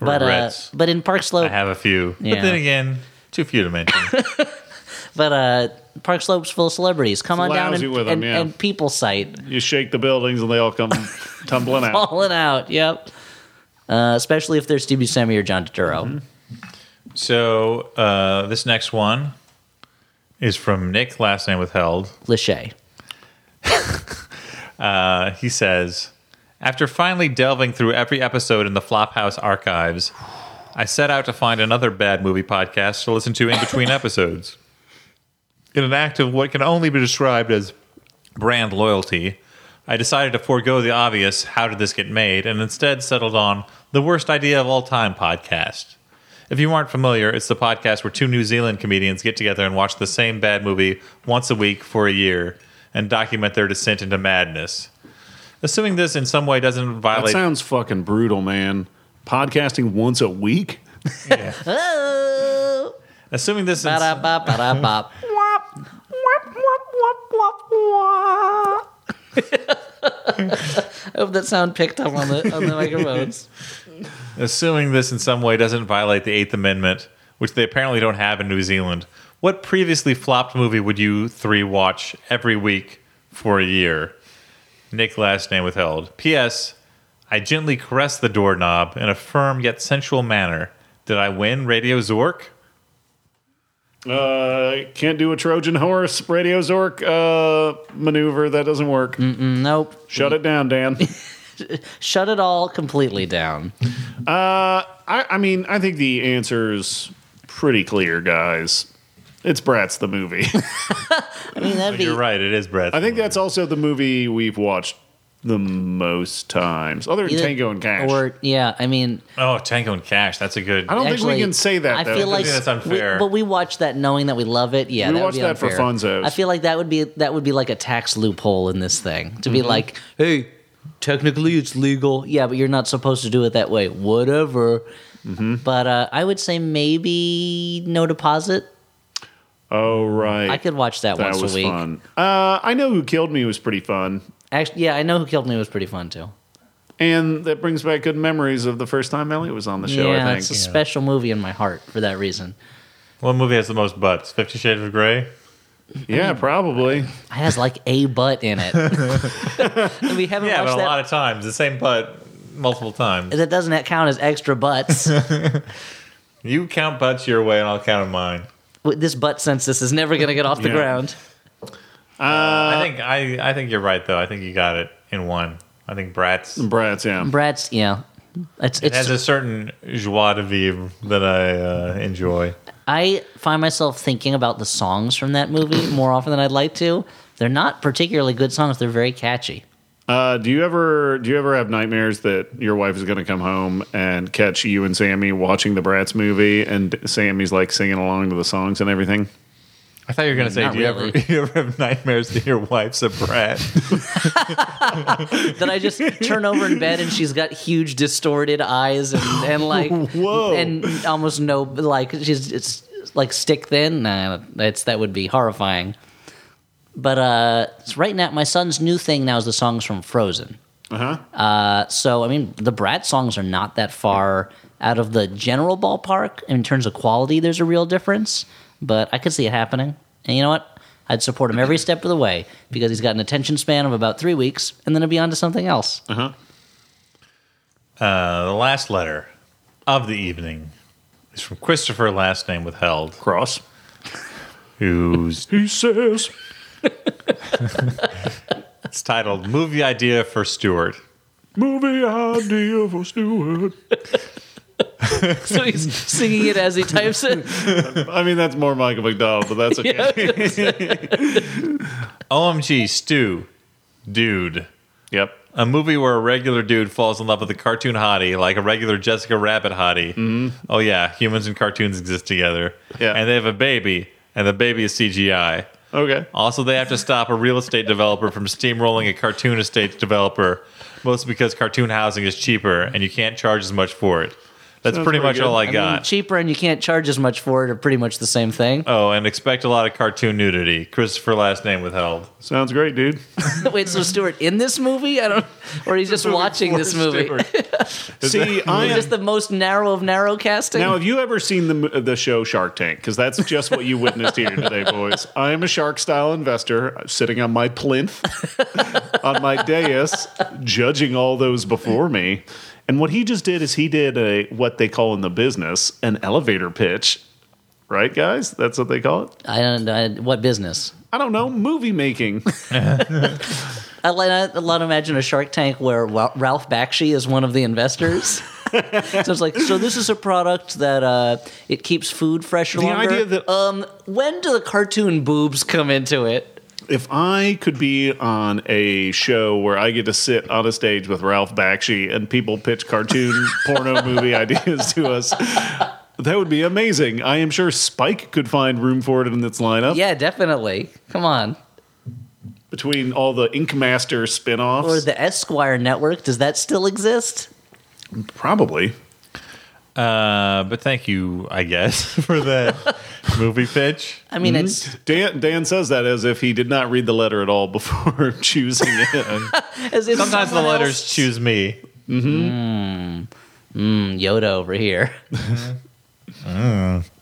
but uh, Regrets. but in park I slope have a few, Yeah. but then again, too few to mention. but uh park slope's full of celebrities come on down lousy and, with 'em, and, yeah. and people sight You shake the buildings and they all come tumbling out. falling out yep uh, especially if they're Stevie Sammy or John Turturro. Mm-hmm. so uh, this next one is from Nick, last name withheld. Lachey. Uh, he says, after finally delving through every episode in the Flophouse archives, I set out to find another bad movie podcast to listen to in between episodes. In an act of what can only be described as brand loyalty, I decided to forego the obvious, how did this get made, and instead settled on the worst idea of all time podcast. If you aren't familiar, it's the podcast where two New Zealand comedians get together and watch the same bad movie once a week for a year and document their descent into madness. Assuming this in some way doesn't That violate sounds fucking brutal, man. Podcasting once a week? Oh, assuming this in, ba-da-ba, ba-da-ba. I hope that sound picked up on the on the microphones. assuming this in some way doesn't violate the 8th amendment, which they apparently don't have in New Zealand. What previously flopped movie would you three watch every week for a year? Nick last name withheld. P.S. I gently caressed the doorknob in a firm yet sensual manner. Did I win Radio Zork? Uh, can't do a Trojan horse radio Zork uh, maneuver. That doesn't work. Mm, Nope. Shut it down, Dan. Shut it all completely down. Uh, I, I mean, I think the answer's pretty clear, guys. It's Bratz the movie. I mean, that'd be You're right, it is Brett. I think that's also the movie we've watched the most times, other than either- Tango and Cash. Or yeah, I mean, Oh, Tango and Cash. That's a good. I don't think actually, we can say that. I though. feel like think that's unfair. we- but we watch that knowing that we love it. Yeah, We that would watch be that for unfair. funzos. I feel like that would be that would be like a tax loophole in this thing to be Mm-hmm. like, hey, technically it's legal. Yeah, but you're not supposed to do it that way. Whatever. Mm-hmm. But uh, I would say maybe no deposit. oh right, I could watch that, that once was a week. fun. Uh, I know who killed me was pretty fun, Actually, yeah, I know who killed me was pretty fun too. and that brings back good memories of the first time Elliot was on the show. yeah, I it's a think special movie in my heart for that reason. What movie has the most butts? Fifty Shades of Grey? yeah, probably. It has like a butt in it. and we haven't Yeah, watched but a that. lot of times. The same butt multiple times. that doesn't count as extra butts. You count butts your way and I'll count mine. With this butt census is never going to get off the Yeah. ground. I think I, I think you're right though. I think you got it in one. I think Bratz Bratz, yeah. Brad's, yeah. It's, it it's, has a certain joie de vivre that I uh, enjoy. I find myself thinking about the songs from that movie more often than I'd like to. They're not particularly good songs. They're very catchy. Uh, do you ever do you ever have nightmares that your wife is going to come home and catch you and Sammy watching the Bratz movie and Sammy's like singing along to the songs and everything? I thought you were gonna say, Not do you ever really. you ever have nightmares that your wife's a brat? Then I just turn over in bed and she's got huge distorted eyes and, and like Whoa. and almost no like she's it's like stick thin. Nah, that's that would be horrifying. But uh, it's right now, my son's new thing now is the songs from Frozen. Uh, so I mean, the Brat songs are not that far out of the general ballpark in terms of quality. There's a real difference, but I could see it happening. And you know what? I'd support him every step of the way because he's got an attention span of about three weeks, and then he'll be on to something else. Uh, the last letter of the evening is from Christopher, last name withheld, Cross. who's He says, it's titled "Movie Idea for Stuart." "Movie idea for Stewart." So he's singing it as he types it. I mean, that's more Michael McDowell, but that's okay. OMG, Stu, dude. Yep. A movie where a regular dude falls in love with a cartoon hottie, like a regular Jessica Rabbit hottie. Mm-hmm. Oh yeah, humans and cartoons exist together. Yeah. and they have a baby, and the baby is CGI. Okay. Also, they have to stop a real estate developer from steamrolling a cartoon estate developer, mostly because cartoon housing is cheaper and you can't charge as much for it. That's Sounds pretty pretty much good. all I, I mean, got. cheaper and you can't charge as much for it are pretty much the same thing. oh, and expect a lot of cartoon nudity. Christopher last name withheld. Sounds great, dude. Wait, so Stuart in this movie? I don't, or he's just watching this movie. See, I He's am. just the most narrow of narrow casting. Now, have you ever seen the mo- the show Shark Tank? Because that's just what you witnessed here today, boys. I am a shark style investor sitting on my plinth, on my dais, judging all those before me. And what he just did is he did a what they call in the business an elevator pitch, right, guys? That's what they call it. I don't know what business. I don't know movie making. I like I love to imagine a Shark Tank where Wa- Ralph Bakshi is one of the investors. so it's like, so this is a product that uh, it keeps food fresher The longer. idea that- um, when do the cartoon boobs come into it? If I could be on a show where I get to sit on a stage with Ralph Bakshi and people pitch cartoon porno movie ideas to us, That would be amazing. I am sure Spike could find room for it in its lineup Yeah, definitely. Come on. between all the Ink Master spinoffs. Or offs the Esquire network, does that still exist? Probably. Uh, but thank you, I guess, for that movie pitch. I mean, Mm-hmm. it's Dan, Dan says that as if he did not read the letter at all before choosing it. as if Sometimes the someone else- letters choose me. Mm, Yoda over here.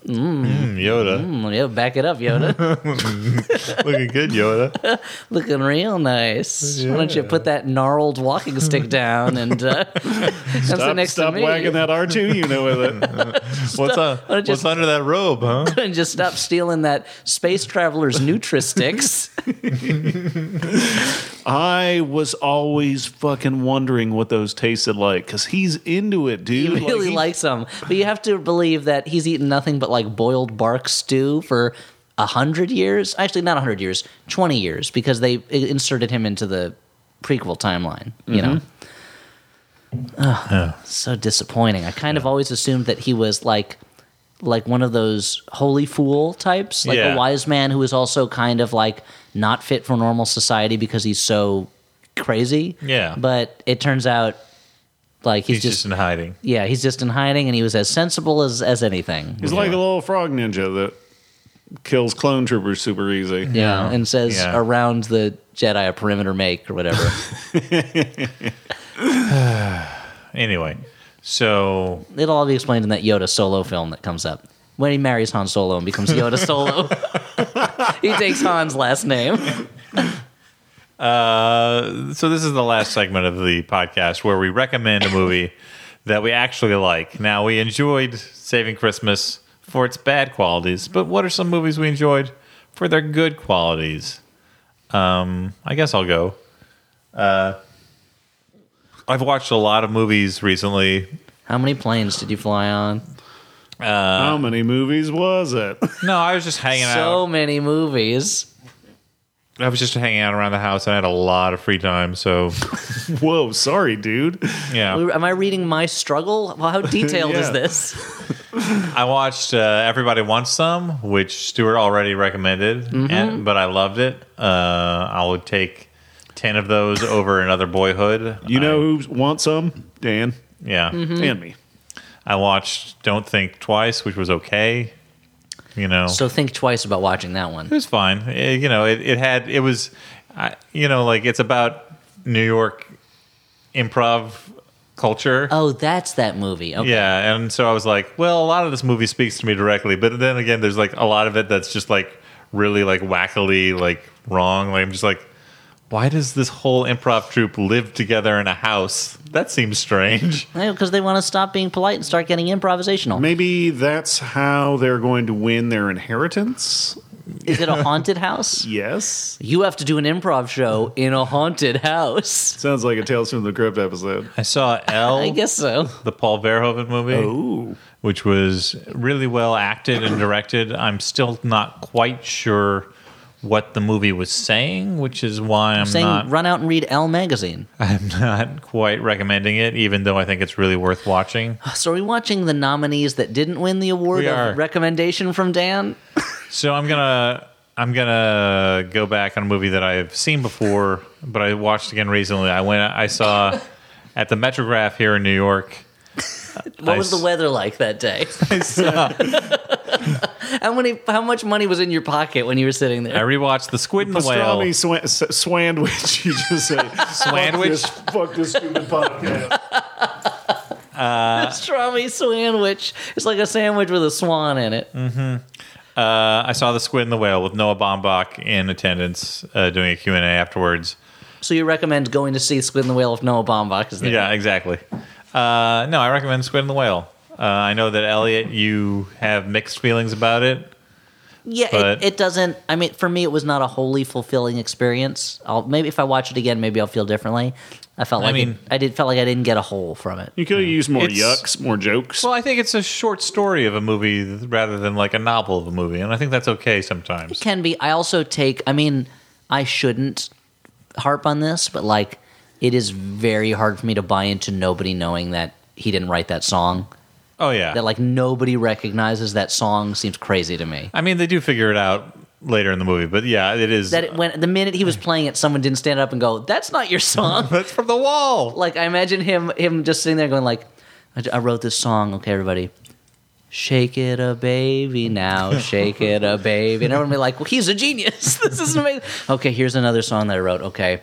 Mm, Yoda, Mm, yeah, back it up, Yoda. Mm. looking good, Yoda. Looking real nice. Why don't you put that gnarled walking stick down and uh, come sit stop next stop to me wagging that R2 you know with it. What's uh, I What's just- under that robe, huh? and just stop stealing that space traveler's Nutristicks. I was always fucking wondering what those tasted like because he's into it, He dude. Like, really he- likes them, but you have to believe that he's eaten nothing but like boiled bark stew for a hundred years. Actually, not a hundred years, twenty years, because they i- inserted him into the prequel timeline. You know, Ugh, so disappointing. I kind of always assumed that he was like. Like one of those holy fool types, like Yeah. a wise man who is also kind of like not fit for normal society because he's so crazy. Yeah. But it turns out, like, he's, He's just just in hiding. yeah, he's just in hiding, and he was as sensible as as anything. He's like a little frog ninja that kills clone troopers super easy. yeah, and says Yeah. around the Jedi a perimeter make or whatever. Anyway, so It'll all be explained in that Yoda solo film that comes up when he marries Han Solo and becomes Yoda Solo. he takes Han's last name. uh, so this is the last segment of the podcast where we recommend a movie that we actually like. Now we enjoyed Saving Christmas for its bad qualities, but what are some movies we enjoyed for their good qualities? Um, I guess I'll go. Uh, I've watched a lot of movies recently. How many planes did you fly on? How many movies was it? No, I was just hanging out. So many movies. I was just hanging out around the house and I had a lot of free time. So, Whoa, sorry, dude. yeah. Am I reading my struggle? Well, how detailed is Yeah. this? I watched uh, Everybody Wants Some, which Stuart already recommended, Mm-hmm. and, but I loved it. Uh, I would take 10 of those over another boyhood. You know Mm-hmm. who wants some? Dan I- yeah. and me. I watched Don't Think Twice, which was okay. You know, So think twice about watching that it one. was fine. It- you know, it, it had, it was, I, you know, like it's about New York improv culture. Oh, that's that movie. Okay. Yeah, and so I was like, well, a lot of this movie speaks to me directly, but then again, there's like a lot of it that's just like really like wackily like wrong. Like I'm just like, why does this whole improv troupe live together in a house? That seems strange. Because they want to stop being polite and start getting improvisational. Maybe that's how they're going to win their inheritance. Is it a haunted house? Yes. You have to do an improv show in a haunted house. Sounds like a Tales from the Crypt episode. I saw L, I guess so. the Paul Verhoeven movie, Oh. Ooh. which was really well acted and directed. I'm still not quite sure what the movie was saying, which is why I'm, Saying not run out and read Elle magazine. I'm not quite recommending it, even though I think it's really worth watching. So are we watching the nominees that didn't win the award We of are. recommendation from Dan? So I'm gonna I'm gonna go back on a movie that I've seen before, but I watched again recently. I went I saw at the Metrograph here in New York. What I was the s- weather like that day? how many how much money was in your pocket when you were sitting I there? rewatched The Squid and the Whale. Pastrami swa- s- swandwich, you just said. Swandwich? Fuck this, fuck this stupid podcast. Pastrami sandwich. It's like a sandwich with a swan in it. Mm. Uh, I saw The Squid and the Whale with Noah Baumbach in attendance uh, doing a Q&A afterwards. So you recommend going to see Squid and the Whale if Noah Baumbach is there? Yeah, exactly. Uh, no, I recommend Squid and the Whale. Uh, I know that Elliot, you have mixed feelings about it. Yeah, but- it, it doesn't. I mean, for me, it was not a wholly fulfilling experience. I'll, maybe if I watch it again, maybe I'll feel differently. I felt I like it- mean- I did felt like I didn't get a hole from it. You could have used more It's- yucks, more jokes. Well, I think it's a short story of a movie rather than like a novel of a movie, and I think that's okay sometimes. Can be. I also take. I mean, I shouldn't harp on this, but like, it is very hard for me to buy into nobody knowing that he didn't write that song. Oh, yeah. that like nobody recognizes that song seems crazy to me. I mean, they do figure it out later in the movie, but yeah, it is. That it, when the minute he was playing it, someone didn't stand up and go, "That's not your song." that's from the wall. like I imagine him him just sitting there going like, I, j- I wrote this song. Okay, everybody, shake it a baby now, shake it a baby, and everyone would be like, well, he's a genius. this is amazing. Okay, here's another song that I wrote. Okay.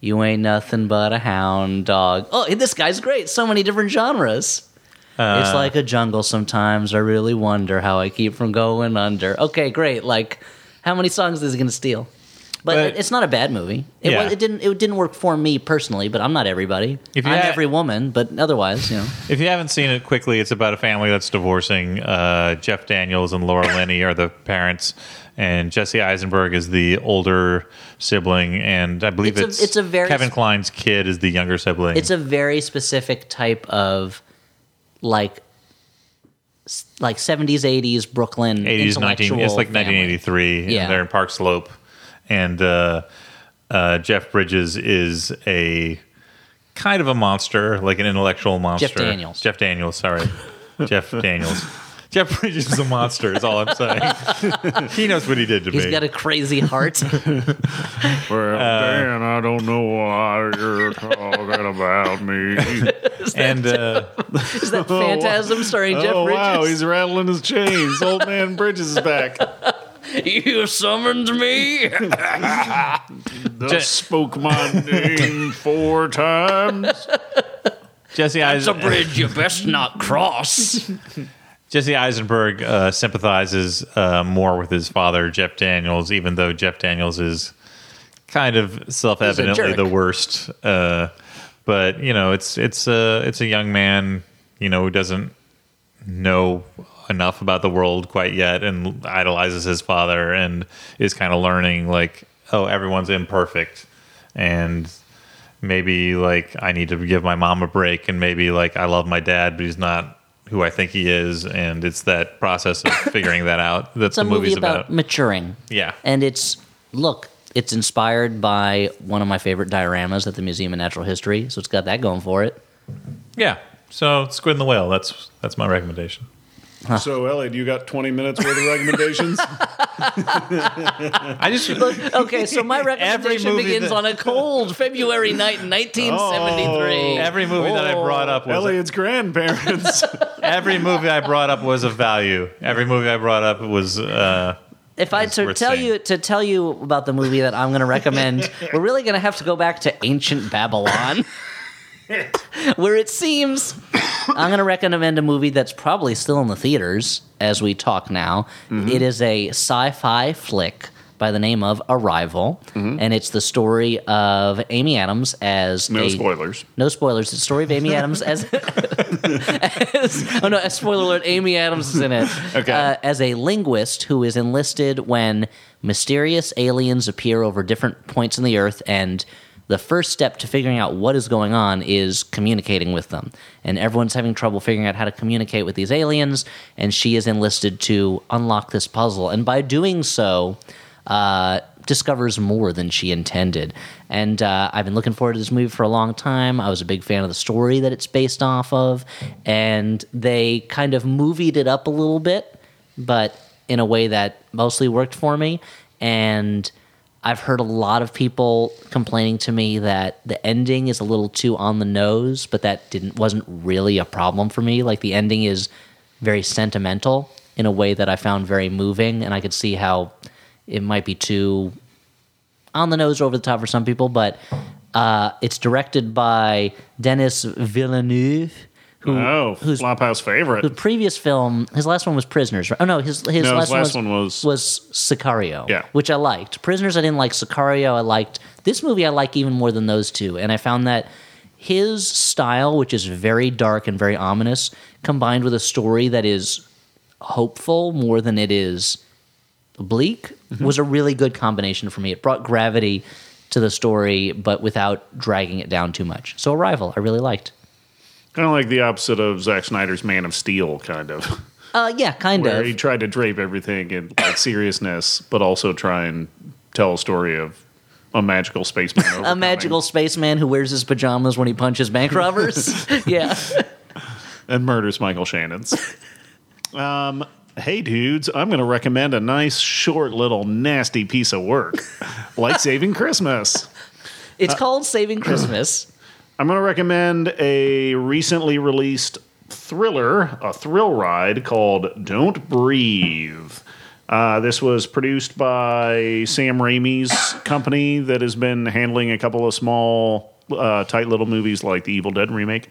You ain't nothing but a hound dog. Oh, this guy's great. So many different genres. it's like a jungle sometimes. I really wonder how I keep from going under. Okay, great. Like, how many songs is he going to steal? But, But- it- it's not a bad movie. It, Yeah. wa- it didn't. It didn't work for me personally, but I'm not everybody. If you I'm had- every woman, but otherwise, you know. If you haven't seen it quickly, it's about a family that's divorcing. Uh, Jeff Daniels and Laura Linney are the parents, and Jesse Eisenberg is the older sibling, and I believe It's it's a- it's a very- Kevin Klein's kid is the younger sibling. It's a very specific type of like s- like 70s, 80s Brooklyn 80s, 19, it's like 1983. 1983. Yeah. And they're in Park Slope. And uh, uh, Jeff Bridges is a kind of a monster, like an intellectual monster. Daniels. Jeff Daniels, sorry. Jeff Daniels. Jeff Bridges is a monster, is all I'm saying. he knows what he did to He's me. got a crazy heart. Well, uh, Dan, I don't know why you're talking about me. and uh, Is that Phantasm starring Jeff oh, Bridges? wow, he's rattling his chains. Old man Bridges is back. you summoned me. Thus spoke my name four times. Jesse, Eisen- bridge you best not cross. Jesse Eisenberg uh, sympathizes uh, more with his father, Jeff Daniels, even though Jeff Daniels is kind of self-evidently jerk. the worst. Uh, but you know, it's it's a it's a young man, you know, who doesn't know enough about the world quite yet, and idolizes his father, and is kind of learning like, oh, everyone's imperfect, and maybe like I need to give my mom a break, and maybe like I love my dad, but he's not who I think he is, and it's that process of figuring that out that It's a the movie's movie about, about. maturing. Yeah. And it's look, it's inspired by one of my favorite dioramas at the Museum of Natural History, so it's got that going for it. Yeah. So Squid and the Whale. That's that's my recommendation. So, Elliot, you got 20 minutes worth of recommendations? I just Okay, so my recommendation movie begins that- Oh, on a cold February night Oh. in 1973. every movie that I brought up was Elliot's grandparents. every movie I brought up was of value. Every movie I brought up was uh, if I It's to worth tell saying. you to tell you about the movie that I'm going to recommend, we're really going to have to go back to ancient Babylon, where it seems I'm going to recommend a movie that's probably still in the theaters as we talk now. Mm-hmm. It is a sci-fi flick by the name of Arrival, Mm-hmm. and it's the story of Amy Adams as No a- spoilers. no spoilers. It's the story of Amy Adams as, as- oh no, spoiler alert. Amy Adams is in it. Okay. Uh, as a linguist who is enlisted when mysterious aliens appear over different points in the Earth, and the first step to figuring out what is going on is communicating with them. And everyone's having trouble figuring out how to communicate with these aliens, and she is enlisted to unlock this puzzle. And by doing so, uh, discovers more than she intended. And uh, I've been looking forward to this movie for a long time. I was a big fan of the story that it's based off of, and they kind of movied it up a little bit, but in a way that mostly worked for me. And I've heard a lot of people complaining to me that the ending is a little too on the nose, but that didn't wasn't really a problem for me. Like the ending is very sentimental in a way that I found very moving, and I could see how it might be too on the nose or over the top for some people, but uh, it's directed by Dennis Villeneuve, who Oh, who's Flophouse favorite. the previous film, his last one was Prisoners. Right? Oh no, his his, No, last, his last one, one was, was- Sicario. Yeah. which I liked. Prisoners, I didn't like. Sicario, I liked. This movie, I like even more than those two, and I found that his style, which is very dark and very ominous, combined with a story that is hopeful more than it is bleak Mm-hmm. was a really good combination for me. It brought gravity to the story, but without dragging it down too much. So Arrival, I really liked. Kind of like the opposite of Zack Snyder's Man of Steel, kind of. Uh, yeah, kind where of. he tried to drape everything in like seriousness, but also try and tell a story of a magical spaceman. a overcoming- magical spaceman who wears his pajamas when he punches bank robbers. yeah. and murders Michael Shannon's. um, hey, dudes, I'm going to recommend a nice, short, little, nasty piece of work like Saving Christmas. Uh, It's called Saving Christmas. I'm going to recommend a recently released thriller, a thrill ride called Don't Breathe. Uh, this was produced by Sam Raimi's company that has been handling a couple of small, uh, tight little movies like the Evil Dead remake.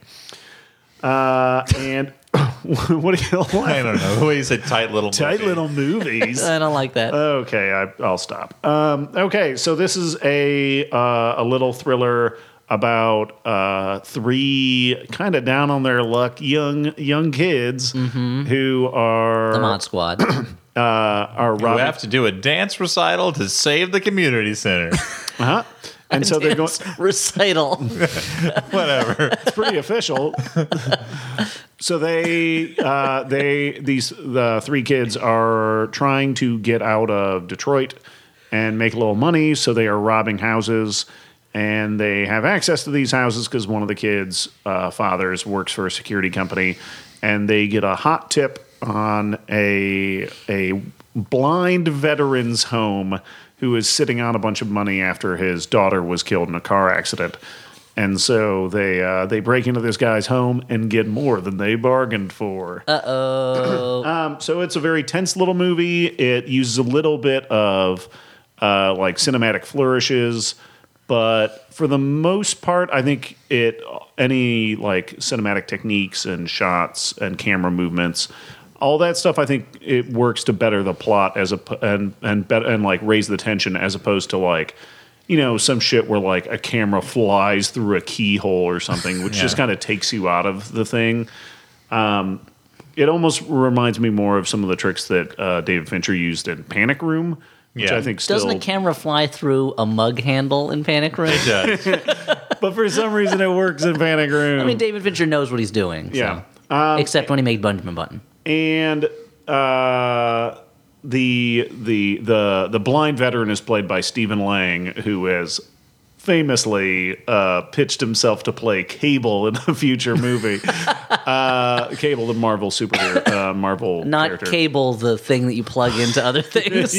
Uh, and what do you I like? don't know. The way you said tight little Tight movie. little movies. I don't like that. Okay, I, I'll stop. Um, okay, so this is a uh, a little thriller about uh, three kind of down on their luck young young kids who are Mm-hmm. the Mod Squad. uh, are We robbing. have to do a dance recital to save the community center. uh-huh. And so they're going. recital. Whatever. It's pretty official. so they uh, they these the three kids are trying to get out of Detroit and make a little money. So they are robbing houses, and they have access to these houses because one of the kids' uh, fathers works for a security company, and they get a hot tip on a a blind veterans home who is sitting on a bunch of money after his daughter was killed in a car accident. And so they uh, they break into this guy's home and get more than they bargained for. Uh oh. um, so it's a very tense little movie. It uses a little bit of uh, like cinematic flourishes, but for the most part, I think it any like cinematic techniques and shots and camera movements. All that stuff, I think it works to better the plot as a and and bet, and like raise the tension as opposed to like you know, some shit where like a camera flies through a keyhole or something, which just kind of takes you out of the thing. Um, it almost reminds me more of some of the tricks that uh, David Fincher used in Panic Room, which Yeah. I think still. Doesn't the camera fly through a mug handle in Panic Room? It does. but for some reason, it works in Panic Room. I mean, David Fincher knows what he's doing. so- Yeah. Uh, Um, Except when he made Benjamin Button. and uh, the the the the blind veteran is played by Stephen Lang, who has famously uh, pitched himself to play Cable in a future movie. uh, Cable, the Marvel superhero, uh, Marvel Not character. cable, the thing that you plug into other things.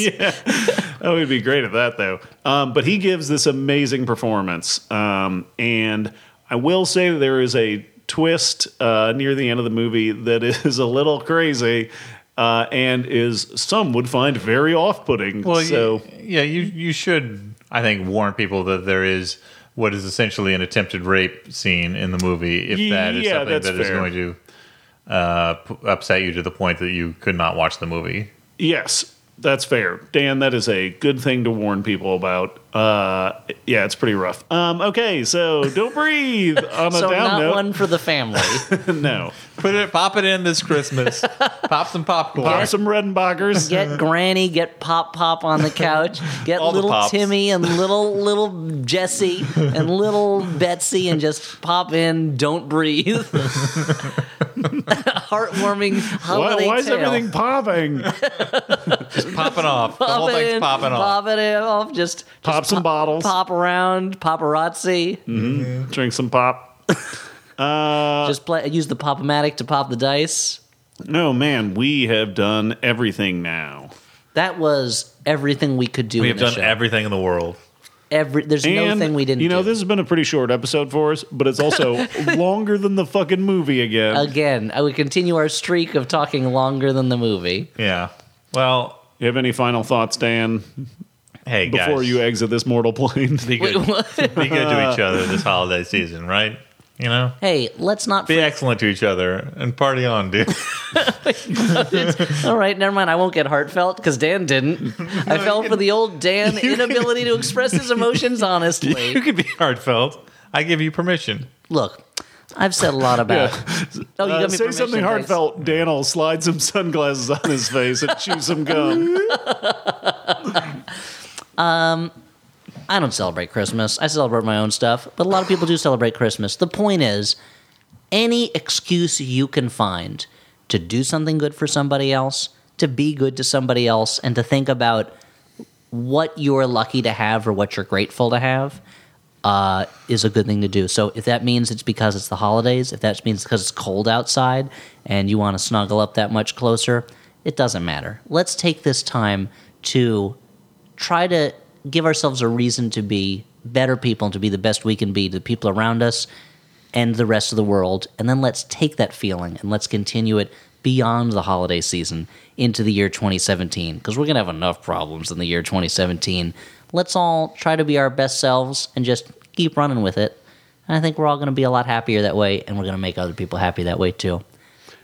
Oh, he'd be great at that though. Um, but he gives this amazing performance, um, and I will say that there is a twist uh, near the end of the movie that is a little crazy, uh, and is some would find very off-putting. Well, so you, yeah, you you should I think warn people that there is what is essentially an attempted rape scene in the movie. If that is Yeah, something that's that is fair. going to uh, p- upset you to the point that you could not watch the movie. yes, that's fair, Dan. That is a good thing to warn people about. Uh, yeah, it's pretty rough. Um, okay, so don't breathe. On a So down not note, one for the family. no. Put it, pop it in this Christmas. pop some popcorn. Pop some Redenbachers. get Granny, get Pop Pop on the couch, get Mm-hmm. All the little Pops. Timmy and little little Jesse and little Betsy, and just pop in. Don't breathe. Heartwarming Why, holiday why is tale. everything popping? Just popping off. the whole Pop it thing's in, popping off. Pop it off. Just Pop some bottles. pop around, paparazzi. drink some pop. Uh, just play. Use the pop-o-matic to pop the dice. No, Oh, man, we have done everything now. That was everything we could do. We in have the done show. everything in the world. Every there's no and thing we didn't. You know, do. this has been a pretty short episode for us, but it's also longer than the fucking movie again. again. I would continue our streak of talking longer than the movie. Yeah. Well, you have any final thoughts, Dan, hey guys. before you exit this mortal plane? be good, be good to each other this holiday season, right? You know, Hey, let's not. be excellent to each other and party on, dude. All right, never mind. I won't get heartfelt because Dan didn't. I fell for the old Dan inability to express his emotions honestly. you can be heartfelt. I give you permission. Look, I've said a lot about. Oh, you Uh, got me say permission, something thanks. heartfelt. Dan will slide some sunglasses on his face and chew some gum. I don't celebrate Christmas. I celebrate my own stuff, but a lot of people do celebrate Christmas. The point is, any excuse you can find to do something good for somebody else, to be good to somebody else, and to think about what you're lucky to have or what you're grateful to have, uh, is a good thing to do. So if that means it's because it's the holidays, if that means because it's cold outside and you want to snuggle up that much closer, it doesn't matter. Let's take this time to try to give ourselves a reason to be better people and to be the best we can be to the people around us and the rest of the world. And then let's take that feeling and let's continue it beyond the holiday season into the year 2017 because we're going to have enough problems in the year 2017. Let's all try to be our best selves and just keep running with it. And I think we're all going to be a lot happier that way and we're going to make other people happy that way too.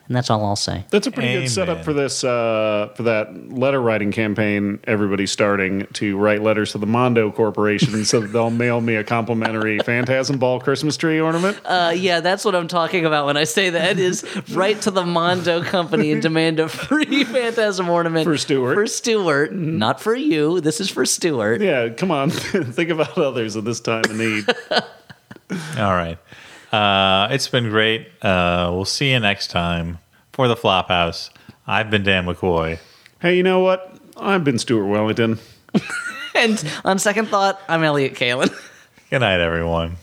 And that's all I'll say. That's a pretty Amen. good setup for this uh, for that letter writing campaign. Everybody's starting to write letters to the Mondo Corporation so that they'll mail me a complimentary Phantasm Ball Christmas tree ornament. Uh, yeah, that's what I'm talking about when I say that is right to the Mondo company and demand a free phantasm ornament For Stuart. For Stuart, not for you. This is for Stuart. yeah, come on, think about others at this time of need. All right. Uh, it's been great. Uh, we'll see you next time for the Flop House. I've been Dan McCoy. hey, you know what? I've been Stuart Wellington. And on second thought, I'm Elliot Kalen. Good night, everyone.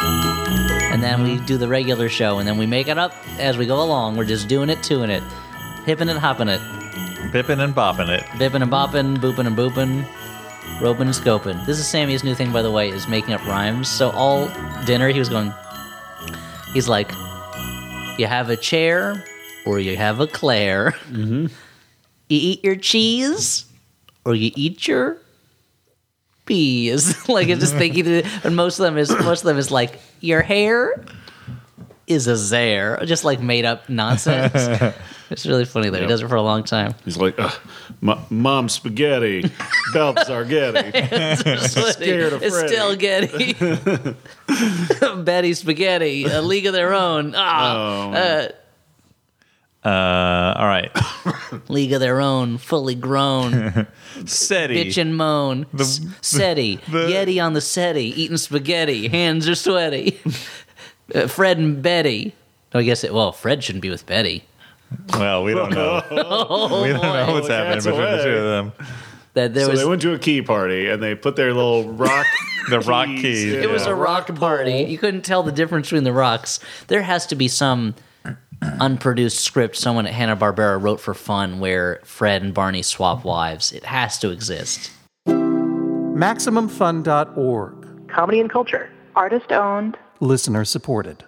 And then we do the regular show, and then we make it up as we go along. We're just doing it, toing it, hipping it, hopping it, Pippin' and bopping it. bipping and bopping, booping and booping, roping and scoping. This is Sammy's new thing, by the way, is making up rhymes. So all dinner, he was going, he's like, you have a chair or you have a Claire. Mm-hmm. You eat your cheese or you eat your peas. like it's just thinking, that- and most of them is most of them is like your hair is a zare, just like made up nonsense. it's really funny though. He does it for a long time. He's like, "Ugh, mo- Mom Spaghetti, Balthazar Getty. Scared of it's Freddy. still Getty. Betty Spaghetti, A League of Their Own. Ah, uh, Uh, all right. League of Their Own, fully grown, SETI. bitch and moan. S- SETI, Yeti on the SETI, eating spaghetti, hands are sweaty. Uh, Fred and Betty. No, I guess it, well, Fred shouldn't be with Betty. Well, we don't know. we don't know what's happening That's between the away. two of them. That there So was, they went to a key party and they put their little rock. The rock keys. in it was yeah. a rock party. You couldn't tell the difference between the rocks. There has to be some unproduced script someone at Hanna Barbera wrote for fun where Fred and Barney swap wives. It has to exist. MaximumFun.org. comedy and culture. Artist owned. Listener supported.